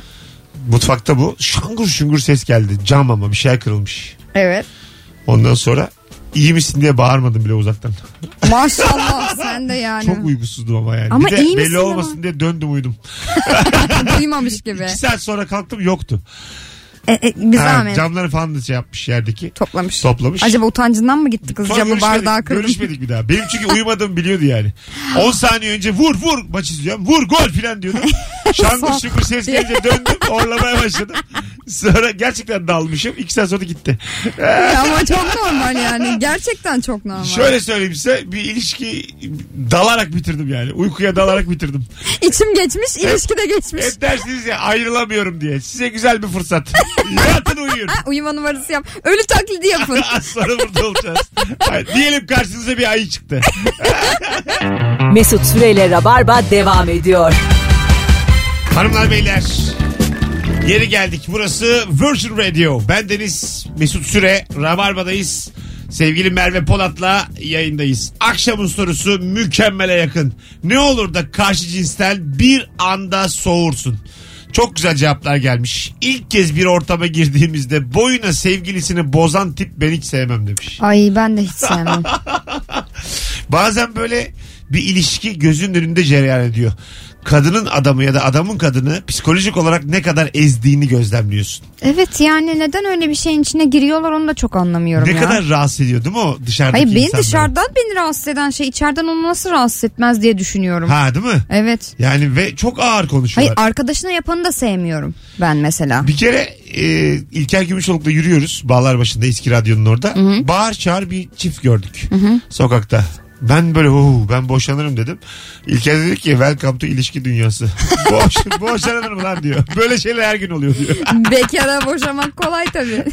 [SPEAKER 2] Mutfakta bu. Şangır şungur ses geldi. Cam ama bir şey kırılmış.
[SPEAKER 3] Evet.
[SPEAKER 2] Ondan sonra iyi misin diye bağırmadım bile uzaktan.
[SPEAKER 3] Maşallah sen de yani.
[SPEAKER 2] Çok uygusuzdum ama yani.
[SPEAKER 3] Ama
[SPEAKER 2] bir de
[SPEAKER 3] iyi misin
[SPEAKER 2] belli
[SPEAKER 3] ama?
[SPEAKER 2] olmasın diye döndüm uyudum.
[SPEAKER 3] Duymamış gibi.
[SPEAKER 2] İki saat sonra kalktım yoktu.
[SPEAKER 3] E, e, bir
[SPEAKER 2] Ha,
[SPEAKER 3] zahmet.
[SPEAKER 2] camları falan da şey yapmış yerdeki.
[SPEAKER 3] Toplamış.
[SPEAKER 2] Toplamış.
[SPEAKER 3] Acaba utancından mı gitti kız
[SPEAKER 2] Sonra
[SPEAKER 3] camı
[SPEAKER 2] görüşmedik,
[SPEAKER 3] bardağı kırdım.
[SPEAKER 2] Görüşmedik bir daha. Benim çünkü uyumadığımı biliyordu yani. 10 saniye önce vur vur maç izliyorum. Vur gol filan diyordu. Şangır
[SPEAKER 3] Son.
[SPEAKER 2] şukur ses gelince döndüm. Orlamaya başladım. Sonra gerçekten dalmışım. 2 saat sonra gitti.
[SPEAKER 3] Ama çok normal yani. Gerçekten çok normal.
[SPEAKER 2] Şöyle söyleyeyim size. Bir ilişki dalarak bitirdim yani. Uykuya dalarak bitirdim.
[SPEAKER 3] İçim geçmiş, ilişki de geçmiş.
[SPEAKER 2] Hep dersiniz ya ayrılamıyorum diye. Size güzel bir fırsat. Yatın uyuyun.
[SPEAKER 3] Uyuma numarası yap. Ölü taklidi yapın.
[SPEAKER 2] Az sonra burada olacağız. Hayır, diyelim karşınıza bir ayı çıktı.
[SPEAKER 1] Mesut Süreyle Rabarba devam ediyor.
[SPEAKER 2] Hanımlar beyler yeri geldik. Burası Virgin Radio. Ben Deniz Mesut Süre. Rabarba'dayız. Sevgili Merve Polat'la yayındayız. Akşamın sorusu mükemmele yakın. Ne olur da karşı cinsten bir anda soğursun. Çok güzel cevaplar gelmiş. İlk kez bir ortama girdiğimizde boyuna sevgilisini bozan tip ben hiç sevmem demiş.
[SPEAKER 3] Ay ben de hiç sevmem.
[SPEAKER 2] Bazen böyle bir ilişki gözünün önünde cereyan ediyor. Kadının adamı ya da adamın kadını psikolojik olarak ne kadar ezdiğini gözlemliyorsun.
[SPEAKER 3] Evet yani neden öyle bir şeyin içine giriyorlar onu da çok anlamıyorum
[SPEAKER 2] Ne
[SPEAKER 3] ya.
[SPEAKER 2] kadar rahatsız ediyor değil mi o dışarıdaki
[SPEAKER 3] Hayır beni
[SPEAKER 2] insanları?
[SPEAKER 3] dışarıdan beni rahatsız eden şey içeriden onu nasıl rahatsız etmez diye düşünüyorum.
[SPEAKER 2] Ha değil mi?
[SPEAKER 3] Evet.
[SPEAKER 2] Yani ve çok ağır
[SPEAKER 3] Hayır
[SPEAKER 2] konuşuyorlar.
[SPEAKER 3] arkadaşına yapanı da sevmiyorum ben mesela.
[SPEAKER 2] bir kere e, İlker Gümüşoluk'la yürüyoruz. Bağlar başında eski radyonun orada. Bağır çağır bir çift gördük. Sokakta. Ben böyle "Oo, ben boşanırım dedim. İlker dedi ki welcome to ilişki dünyası. Boş, boşanırım lan diyor. Böyle şeyler her gün oluyor diyor.
[SPEAKER 3] Bekara boşamak kolay tabii.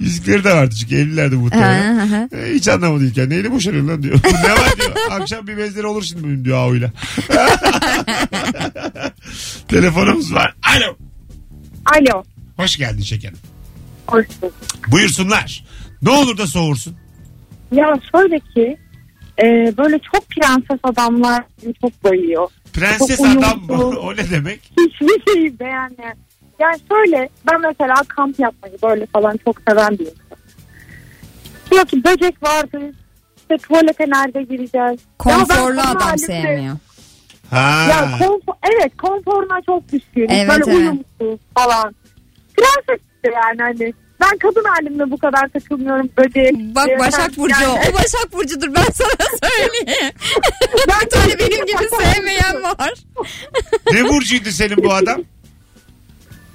[SPEAKER 2] Yüzükleri de vardı çünkü evlilerde muhtemelen.
[SPEAKER 3] Ha, ha, ha.
[SPEAKER 2] E, Hiç anlamadı İlker. Neyle boşanıyor lan diyor. ne var diyor. Akşam bir benzeri olur şimdi benim diyor ağıyla. Telefonumuz var. Alo.
[SPEAKER 8] Alo.
[SPEAKER 2] Hoş geldin şekerim.
[SPEAKER 8] Hoş bulduk.
[SPEAKER 2] Buyursunlar. Ne olur da soğursun.
[SPEAKER 8] Ya şöyle ki e, böyle çok prenses adamlar beni çok bayıyor.
[SPEAKER 2] Prenses
[SPEAKER 8] Çok uyumlu.
[SPEAKER 2] adam mı? O ne demek?
[SPEAKER 8] Hiçbir şeyi beğenmeyen. Yani şöyle ben mesela kamp yapmayı böyle falan çok seven bir insan. Diyor ki böcek vardı. İşte tuvalete nerede gireceğiz?
[SPEAKER 3] Konforlu
[SPEAKER 8] Ya ben
[SPEAKER 3] adam
[SPEAKER 8] normalde-
[SPEAKER 3] sevmiyor.
[SPEAKER 2] Ha.
[SPEAKER 8] Ya konfor, evet konforuna çok düşkün.
[SPEAKER 3] Evet,
[SPEAKER 8] böyle
[SPEAKER 3] evet.
[SPEAKER 8] uyumsuz falan. Prenses işte yani hani. Ben kadın halimle bu kadar takılmıyorum böceğe.
[SPEAKER 3] Bak
[SPEAKER 8] Ee,
[SPEAKER 3] Başak
[SPEAKER 8] ben-
[SPEAKER 3] Burcu o.
[SPEAKER 8] yani-
[SPEAKER 3] o Başak Burcu'dur ben sana söyleyeyim. Bir tane benim gibi sevmeyen var.
[SPEAKER 2] Ne burcuydu senin bu adam?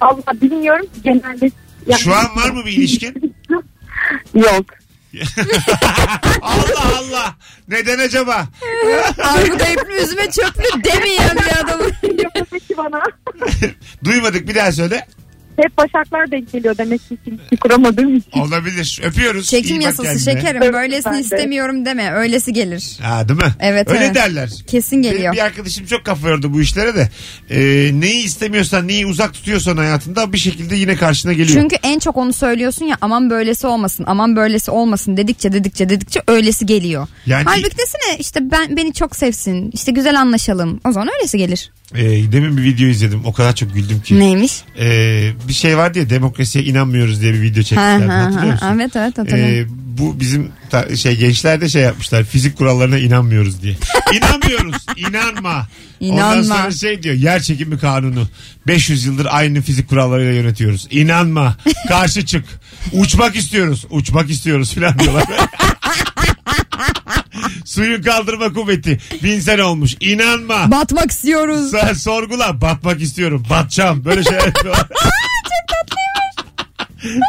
[SPEAKER 8] Allah bilmiyorum ki genelde.
[SPEAKER 2] Şu an var mı bir ilişkin?
[SPEAKER 8] Yok.
[SPEAKER 2] Allah Allah. Neden acaba?
[SPEAKER 3] Armudayıplı üzüme çöplü demeyen bir adamım.
[SPEAKER 8] Yapıyor ki bana.
[SPEAKER 2] Duymadık bir daha söyle.
[SPEAKER 8] Hep başaklar denk geliyor demek ki ilişki kuramadığım için.
[SPEAKER 2] Olabilir. Öpüyoruz. İyi
[SPEAKER 3] Çekim
[SPEAKER 2] bak
[SPEAKER 3] yasası
[SPEAKER 2] kendine.
[SPEAKER 3] şekerim.
[SPEAKER 8] Evet,
[SPEAKER 3] Böylesini
[SPEAKER 8] ben de.
[SPEAKER 3] istemiyorum deme. Öylesi gelir.
[SPEAKER 2] Ha değil mi?
[SPEAKER 3] Evet,
[SPEAKER 2] Öyle
[SPEAKER 3] evet.
[SPEAKER 2] derler.
[SPEAKER 3] Kesin
[SPEAKER 2] Benim
[SPEAKER 3] geliyor.
[SPEAKER 2] bir arkadaşım çok kafa yordu bu işlere de. Ee, neyi istemiyorsan, neyi uzak tutuyorsan hayatında bir şekilde yine karşına geliyor.
[SPEAKER 3] Çünkü en çok onu söylüyorsun ya aman böylesi olmasın aman böylesi olmasın dedikçe dedikçe dedikçe öylesi geliyor.
[SPEAKER 2] Yani-
[SPEAKER 3] Halbuki desene işte ben beni çok sevsin işte güzel anlaşalım o zaman öylesi gelir.
[SPEAKER 2] Ee, demin bir video izledim. O kadar çok güldüm ki.
[SPEAKER 3] Neymiş?
[SPEAKER 2] Ee, bir şey vardı ya demokrasiye inanmıyoruz diye bir video
[SPEAKER 3] Ha,
[SPEAKER 2] çekmişler.
[SPEAKER 3] ha,
[SPEAKER 2] Hatırlıyor
[SPEAKER 3] ha.
[SPEAKER 2] musun?
[SPEAKER 3] Evet evet hatırlıyorum.
[SPEAKER 2] Ee, bu bizim ta- şey gençler de şey yapmışlar. Fizik kurallarına inanmıyoruz diye. İnanmıyoruz. inanma. Ondan
[SPEAKER 3] İnanma.
[SPEAKER 2] sonra şey diyor. Yer çekimi kanunu. 500 yıldır aynı fizik kurallarıyla yönetiyoruz. İnanma. Karşı çık. Uçmak istiyoruz. Uçmak istiyoruz filan diyorlar. Suyun kaldırma kuvveti. Bin sene olmuş. İnanma.
[SPEAKER 3] Batmak istiyoruz.
[SPEAKER 2] Sen sorgula. Batmak istiyorum. Batacağım. Böyle şey şeyler yapıyorlar.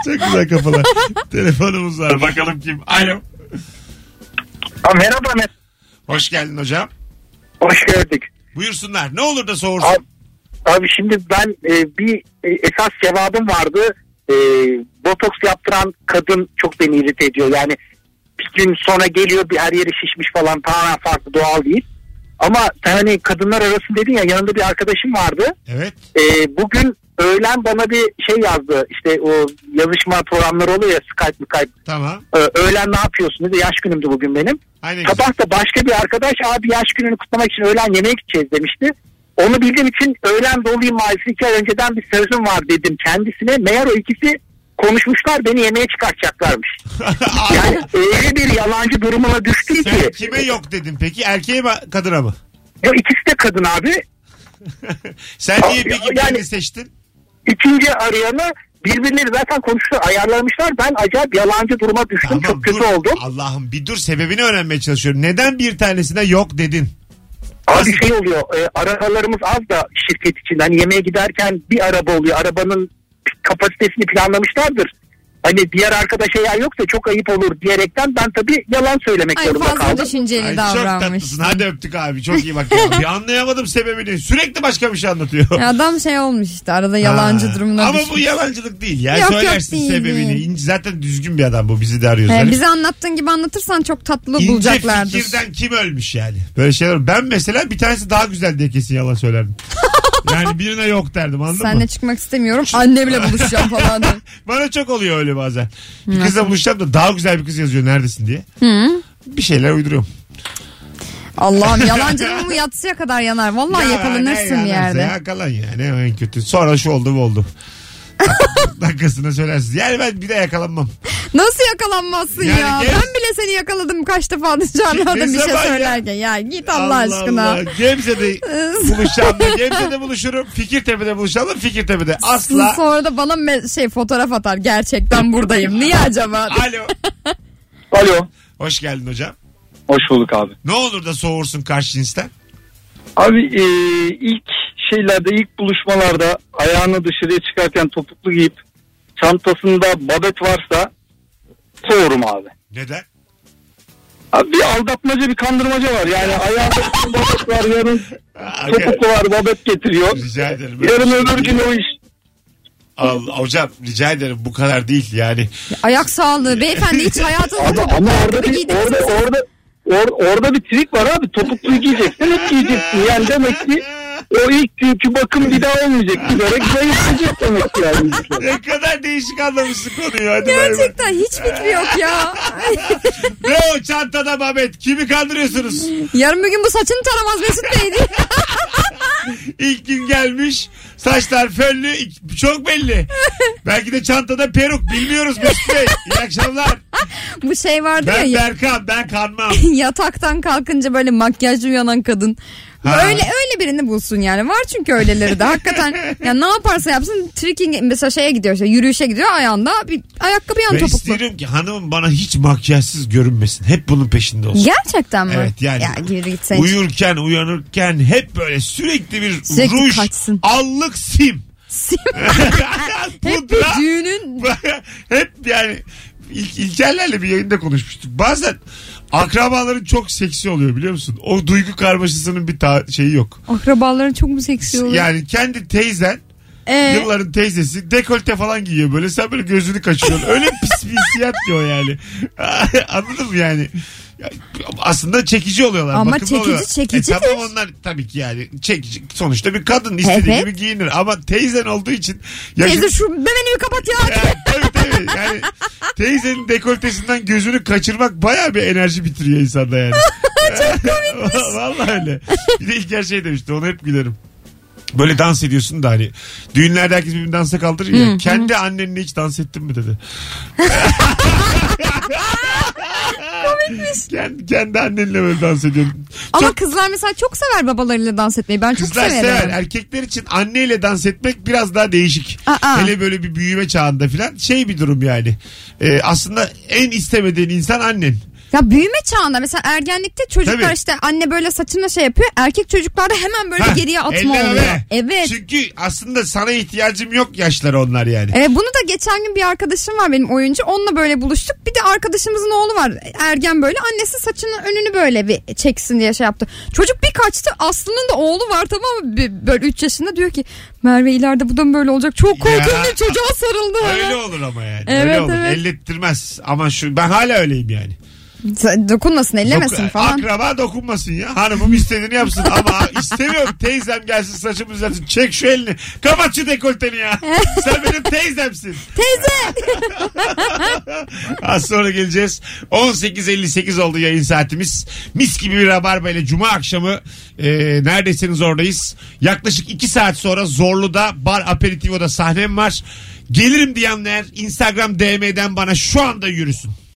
[SPEAKER 2] Çok güzel kafalar. Telefonumuz var. Bakalım kim? Alo.
[SPEAKER 5] merhaba
[SPEAKER 2] Hoş geldin hocam.
[SPEAKER 5] Hoş gördük.
[SPEAKER 2] Buyursunlar. Ne olur da soğursun.
[SPEAKER 5] Abi, abi şimdi ben e, bir e, esas cevabım vardı. E, botoks yaptıran kadın çok beni irite ediyor. Yani bir gün sonra geliyor bir her yeri şişmiş falan tamamen farklı doğal değil. Ama sen hani kadınlar arasın dedin ya yanında bir arkadaşım vardı.
[SPEAKER 2] Evet.
[SPEAKER 5] E, bugün öğlen bana bir şey yazdı. İşte o yazışma programları oluyor ya Skype Skype.
[SPEAKER 2] Tamam.
[SPEAKER 5] E, öğlen ne yapıyorsun dedi. Yaş günümdü bugün benim.
[SPEAKER 2] Aynen güzel.
[SPEAKER 5] Sabah da başka bir arkadaş abi yaş gününü kutlamak için öğlen yemeğe gideceğiz demişti. Onu bildiğim için öğlen dolayım maalesef iki ay önceden bir sözüm var dedim kendisine. Meğer o ikisi konuşmuşlar beni yemeğe çıkartacaklarmış.
[SPEAKER 2] Abi,
[SPEAKER 5] Yani öyle bir yalancı durumuna düştüm ki.
[SPEAKER 2] Sen kime yok dedin peki? Erkeğe mi kadına mı?
[SPEAKER 5] Ya ikisi de kadın abi.
[SPEAKER 2] Sen niye
[SPEAKER 5] Abi,
[SPEAKER 2] peki
[SPEAKER 5] yani-
[SPEAKER 2] birini seçtin?
[SPEAKER 5] İkinci arayanı birbirleri zaten konuştular ayarlamışlar. Ben acayip yalancı duruma düştüm. Çok kötü
[SPEAKER 2] dur.
[SPEAKER 5] oldum.
[SPEAKER 2] Allah'ım bir dur sebebini öğrenmeye çalışıyorum. Neden bir tanesine yok dedin?
[SPEAKER 5] Abi şey oluyor e, arabalarımız az da şirket için hani yemeğe giderken bir araba oluyor arabanın kapasitesini planlamışlardır. Hani diğer arkadaşa yer yoksa çok ayıp olur diyerekten ben tabii yalan söylemek
[SPEAKER 3] Ay
[SPEAKER 5] zorunda
[SPEAKER 3] fazla şey-
[SPEAKER 5] kaldım.
[SPEAKER 3] düşünceli
[SPEAKER 2] Ay, çok
[SPEAKER 3] davranmış.
[SPEAKER 2] tatlısın. Hadi öptük abi. Çok iyi bak. ya. bir anlayamadım sebebini. Sürekli başka bir şey anlatıyor.
[SPEAKER 3] Ya Adam şey olmuş işte arada yalancı
[SPEAKER 2] Ha.
[SPEAKER 3] durumuna
[SPEAKER 2] Ama
[SPEAKER 3] düşmüş.
[SPEAKER 2] bu yalancılık değil ya.
[SPEAKER 3] Yok, yok,
[SPEAKER 2] Söylersin
[SPEAKER 3] değil,
[SPEAKER 2] sebebini.
[SPEAKER 3] değil.
[SPEAKER 2] İnce- Zaten düzgün bir adam bu. Bizi de arıyoruz.
[SPEAKER 3] He,
[SPEAKER 2] Hani
[SPEAKER 3] Ee, bize anlattığın gibi anlatırsan çok tatlı
[SPEAKER 2] İnce
[SPEAKER 3] bulacaklardır.
[SPEAKER 2] fikirden kim ölmüş yani? Böyle şeyler. Ben mesela bir tanesi daha güzel diye kesin yalan söylerdim. yani birine yok derdim anladın mı?
[SPEAKER 3] Seninle çıkmak istemiyorum. Annemle buluşacağım falan. diye.
[SPEAKER 2] Bana çok oluyor öyle bazen. Bir kızla buluşacağım da daha güzel bir kız yazıyor neredesin diye. Bir şeyler uyduruyorum.
[SPEAKER 3] Allah'ım yalancının bu yatsıya kadar yanar. Vallahi
[SPEAKER 2] Ya, ne
[SPEAKER 3] yakalanırsın
[SPEAKER 2] yalansa
[SPEAKER 3] bir yerde.
[SPEAKER 2] Ya, yakalan ya ne en kötü. Sonra şu oldu bu oldu. Dakikasına söylersiniz. Yani ben bir de yakalanmam.
[SPEAKER 3] Nasıl yakalanmazsın
[SPEAKER 2] Yani
[SPEAKER 3] ya?
[SPEAKER 2] gez-
[SPEAKER 3] Ben bile seni yakaladım kaç defa dışarıda
[SPEAKER 2] Ne
[SPEAKER 3] bir şey
[SPEAKER 2] zaman ya?
[SPEAKER 3] söylerken. Ya git Allah, aşkına.
[SPEAKER 2] Allah. Gebze'de buluşacağım da Gebze'de buluşurum. Fikirtepe'de buluşalım da Fikirtepe'de. Asla.
[SPEAKER 3] Sonra da bana me- şey fotoğraf atar. Gerçekten buradayım. Niye acaba?
[SPEAKER 2] Alo.
[SPEAKER 9] Alo.
[SPEAKER 2] Hoş geldin hocam.
[SPEAKER 9] Hoş bulduk abi.
[SPEAKER 2] Ne olur da soğursun karşı cinsten.
[SPEAKER 9] Abi e, ilk şeylerde ilk buluşmalarda ayağını dışarıya çıkarken topuklu giyip çantasında babet varsa soğurum abi.
[SPEAKER 2] Neden?
[SPEAKER 9] Abi bir aldatmaca bir kandırmaca var yani ayağında bir babet var yarın
[SPEAKER 2] Aa,
[SPEAKER 9] topuklu var babet getiriyor.
[SPEAKER 2] Rica ederim.
[SPEAKER 9] Yarın öbür gün o iş.
[SPEAKER 2] Allah, hocam rica ederim bu kadar değil yani.
[SPEAKER 3] Ayak sağlığı. Beyefendi hiç hayatınızda
[SPEAKER 9] Ama,
[SPEAKER 3] topuklu
[SPEAKER 9] ama orada
[SPEAKER 3] gibi
[SPEAKER 9] bir
[SPEAKER 3] giydiniz.
[SPEAKER 9] orada orada or- orada bir trik var abi topuklu giyeceksin hep giyeceksin yani demek ki o ilk günkü bakım bir daha olmayacak giderek zayıflayacak demek ki yani.
[SPEAKER 2] ne kadar değişik anlamışsın konuyu. Hadi bay bay.
[SPEAKER 3] Gerçekten hiç fikri yok ya.
[SPEAKER 2] Ne o çantada Mehmet? Kimi kandırıyorsunuz?
[SPEAKER 3] Yarın bir gün bu saçını taramaz Mesut Bey diye.
[SPEAKER 2] İlk gün gelmiş. Saçlar föllü. ilk- Çok belli. Belki de çantada peruk. Bilmiyoruz Mesut Bey. İyi akşamlar.
[SPEAKER 3] Bu şey vardı ya.
[SPEAKER 2] Ben
[SPEAKER 3] ya-
[SPEAKER 2] Berkan. Ben kanmam.
[SPEAKER 3] yataktan kalkınca böyle makyajlı uyanan kadın.
[SPEAKER 2] Ha.
[SPEAKER 3] Öyle öyle birini bulsun yani. Var çünkü öyleleri de. Hakikaten ya ne yaparsa yapsın tricking mesela şeye gidiyor işte yürüyüşe gidiyor ayağında bir ayakkabı yan
[SPEAKER 2] Ben
[SPEAKER 3] topuklu.
[SPEAKER 2] istiyorum ki hanımım bana hiç makyajsız görünmesin. Hep bunun peşinde olsun.
[SPEAKER 3] Gerçekten mi?
[SPEAKER 2] Evet yani
[SPEAKER 3] Ya geri git sen.
[SPEAKER 2] uyurken uyanırken hep böyle sürekli bir
[SPEAKER 3] Sürekli
[SPEAKER 2] ruj,
[SPEAKER 3] kaçsın.
[SPEAKER 2] allık sim.
[SPEAKER 3] Sim. Hep
[SPEAKER 2] Pudra.
[SPEAKER 3] bir düğünün
[SPEAKER 2] Hep yani İl- İlkerlerle bir yayında konuşmuştuk. Bazen akrabaların çok seksi oluyor biliyor musun? O duygu karmaşasının bir ta- şeyi yok.
[SPEAKER 3] akrabaların çok mu seksi oluyor?
[SPEAKER 2] Yani kendi teyzen
[SPEAKER 3] Ee,
[SPEAKER 2] Yılların teyzesi dekolte falan giyiyor böyle. Sen böyle gözünü kaçırıyorsun. Öyle pis bir hissiyat ki o yani. Anladın mı yani? Ya, Aslında çekici oluyorlar.
[SPEAKER 3] Ama
[SPEAKER 2] bakımlı
[SPEAKER 3] çekici
[SPEAKER 2] oluyorlar.
[SPEAKER 3] çekicidir.
[SPEAKER 2] E, tamam onlar tabii ki yani çekici. Sonuçta bir kadın istediği
[SPEAKER 3] Evet.
[SPEAKER 2] gibi giyinir. Ama teyzen olduğu için. yaşın-
[SPEAKER 3] teyze şu memeni bir kapat ya.
[SPEAKER 2] Ya, tabii tabii. Yani teyzenin dekoltesinden gözünü kaçırmak baya bir enerji bitiriyor insanda yani. Çok komikmiş. Valla öyle. Bir de ilk her şey demişti onu hep gülerim. Böyle dans ediyorsun da hani düğünlerde herkes birbirini dansa kaldırır ya. kendi annenle hiç dans ettin mi dedi. Komikmiş. Kendi, kendi annenle böyle dans ediyorsun.
[SPEAKER 3] Ama
[SPEAKER 2] Çok
[SPEAKER 3] kızlar mesela çok sever babalarıyla dans etmeyi. Ben çok
[SPEAKER 2] Kızlar
[SPEAKER 3] severim.
[SPEAKER 2] sever. Erkekler için anneyle dans etmek biraz daha değişik.
[SPEAKER 3] Aa.
[SPEAKER 2] Hele böyle bir büyüme çağında filan şey bir durum yani. Ee, aslında en istemediğin insan annen.
[SPEAKER 3] Ya büyüme çağında mesela ergenlikte çocuklar
[SPEAKER 2] Tabii.
[SPEAKER 3] işte anne böyle saçına şey yapıyor. Erkek çocuklarda hemen böyle
[SPEAKER 2] Ha,
[SPEAKER 3] geriye atma
[SPEAKER 2] elleme
[SPEAKER 3] oluyor.
[SPEAKER 2] be.
[SPEAKER 3] Evet.
[SPEAKER 2] Çünkü aslında sana ihtiyacım yok yaşları onlar yani.
[SPEAKER 3] E, bunu da geçen gün bir arkadaşım var benim oyuncu. Onunla böyle buluştuk. Bir de arkadaşımızın oğlu var. Ergen böyle. Annesi saçının önünü böyle bir çeksin diye şey yaptı. Çocuk bir kaçtı. Aslı'nın da oğlu var tamam mı? Bir- Böyle 3 yaşında diyor ki Merve ileride bu da mı böyle olacak? Çok korkuyorum
[SPEAKER 2] Ya.
[SPEAKER 3] diye çocuğa sarıldı.
[SPEAKER 2] Öyle olur ama yani.
[SPEAKER 3] Evet,
[SPEAKER 2] öyle olur.
[SPEAKER 3] evet.
[SPEAKER 2] Ellettirmez. Ama şu ben hala öyleyim yani.
[SPEAKER 3] Sen Dokunmasın ellemesin
[SPEAKER 2] Doku-
[SPEAKER 3] falan.
[SPEAKER 2] Akraba dokunmasın ya. Hanımım istediğini yapsın ama istemiyorum. Teyzem gelsin saçımı düzelsin. Çek şu elini. Kapat şu dekolteni ya. Sen benim teyzemsin.
[SPEAKER 3] Teyze.
[SPEAKER 2] Az sonra geleceğiz. 18.58 oldu yayın saatimiz. Mis gibi bir rabarba ile cuma akşamı e, neredesiniz oradayız. Yaklaşık 2 saat sonra Zorlu'da Bar Aperitivo'da sahnem var. Gelirim diyenler Instagram DM'den bana şu anda yürüsün.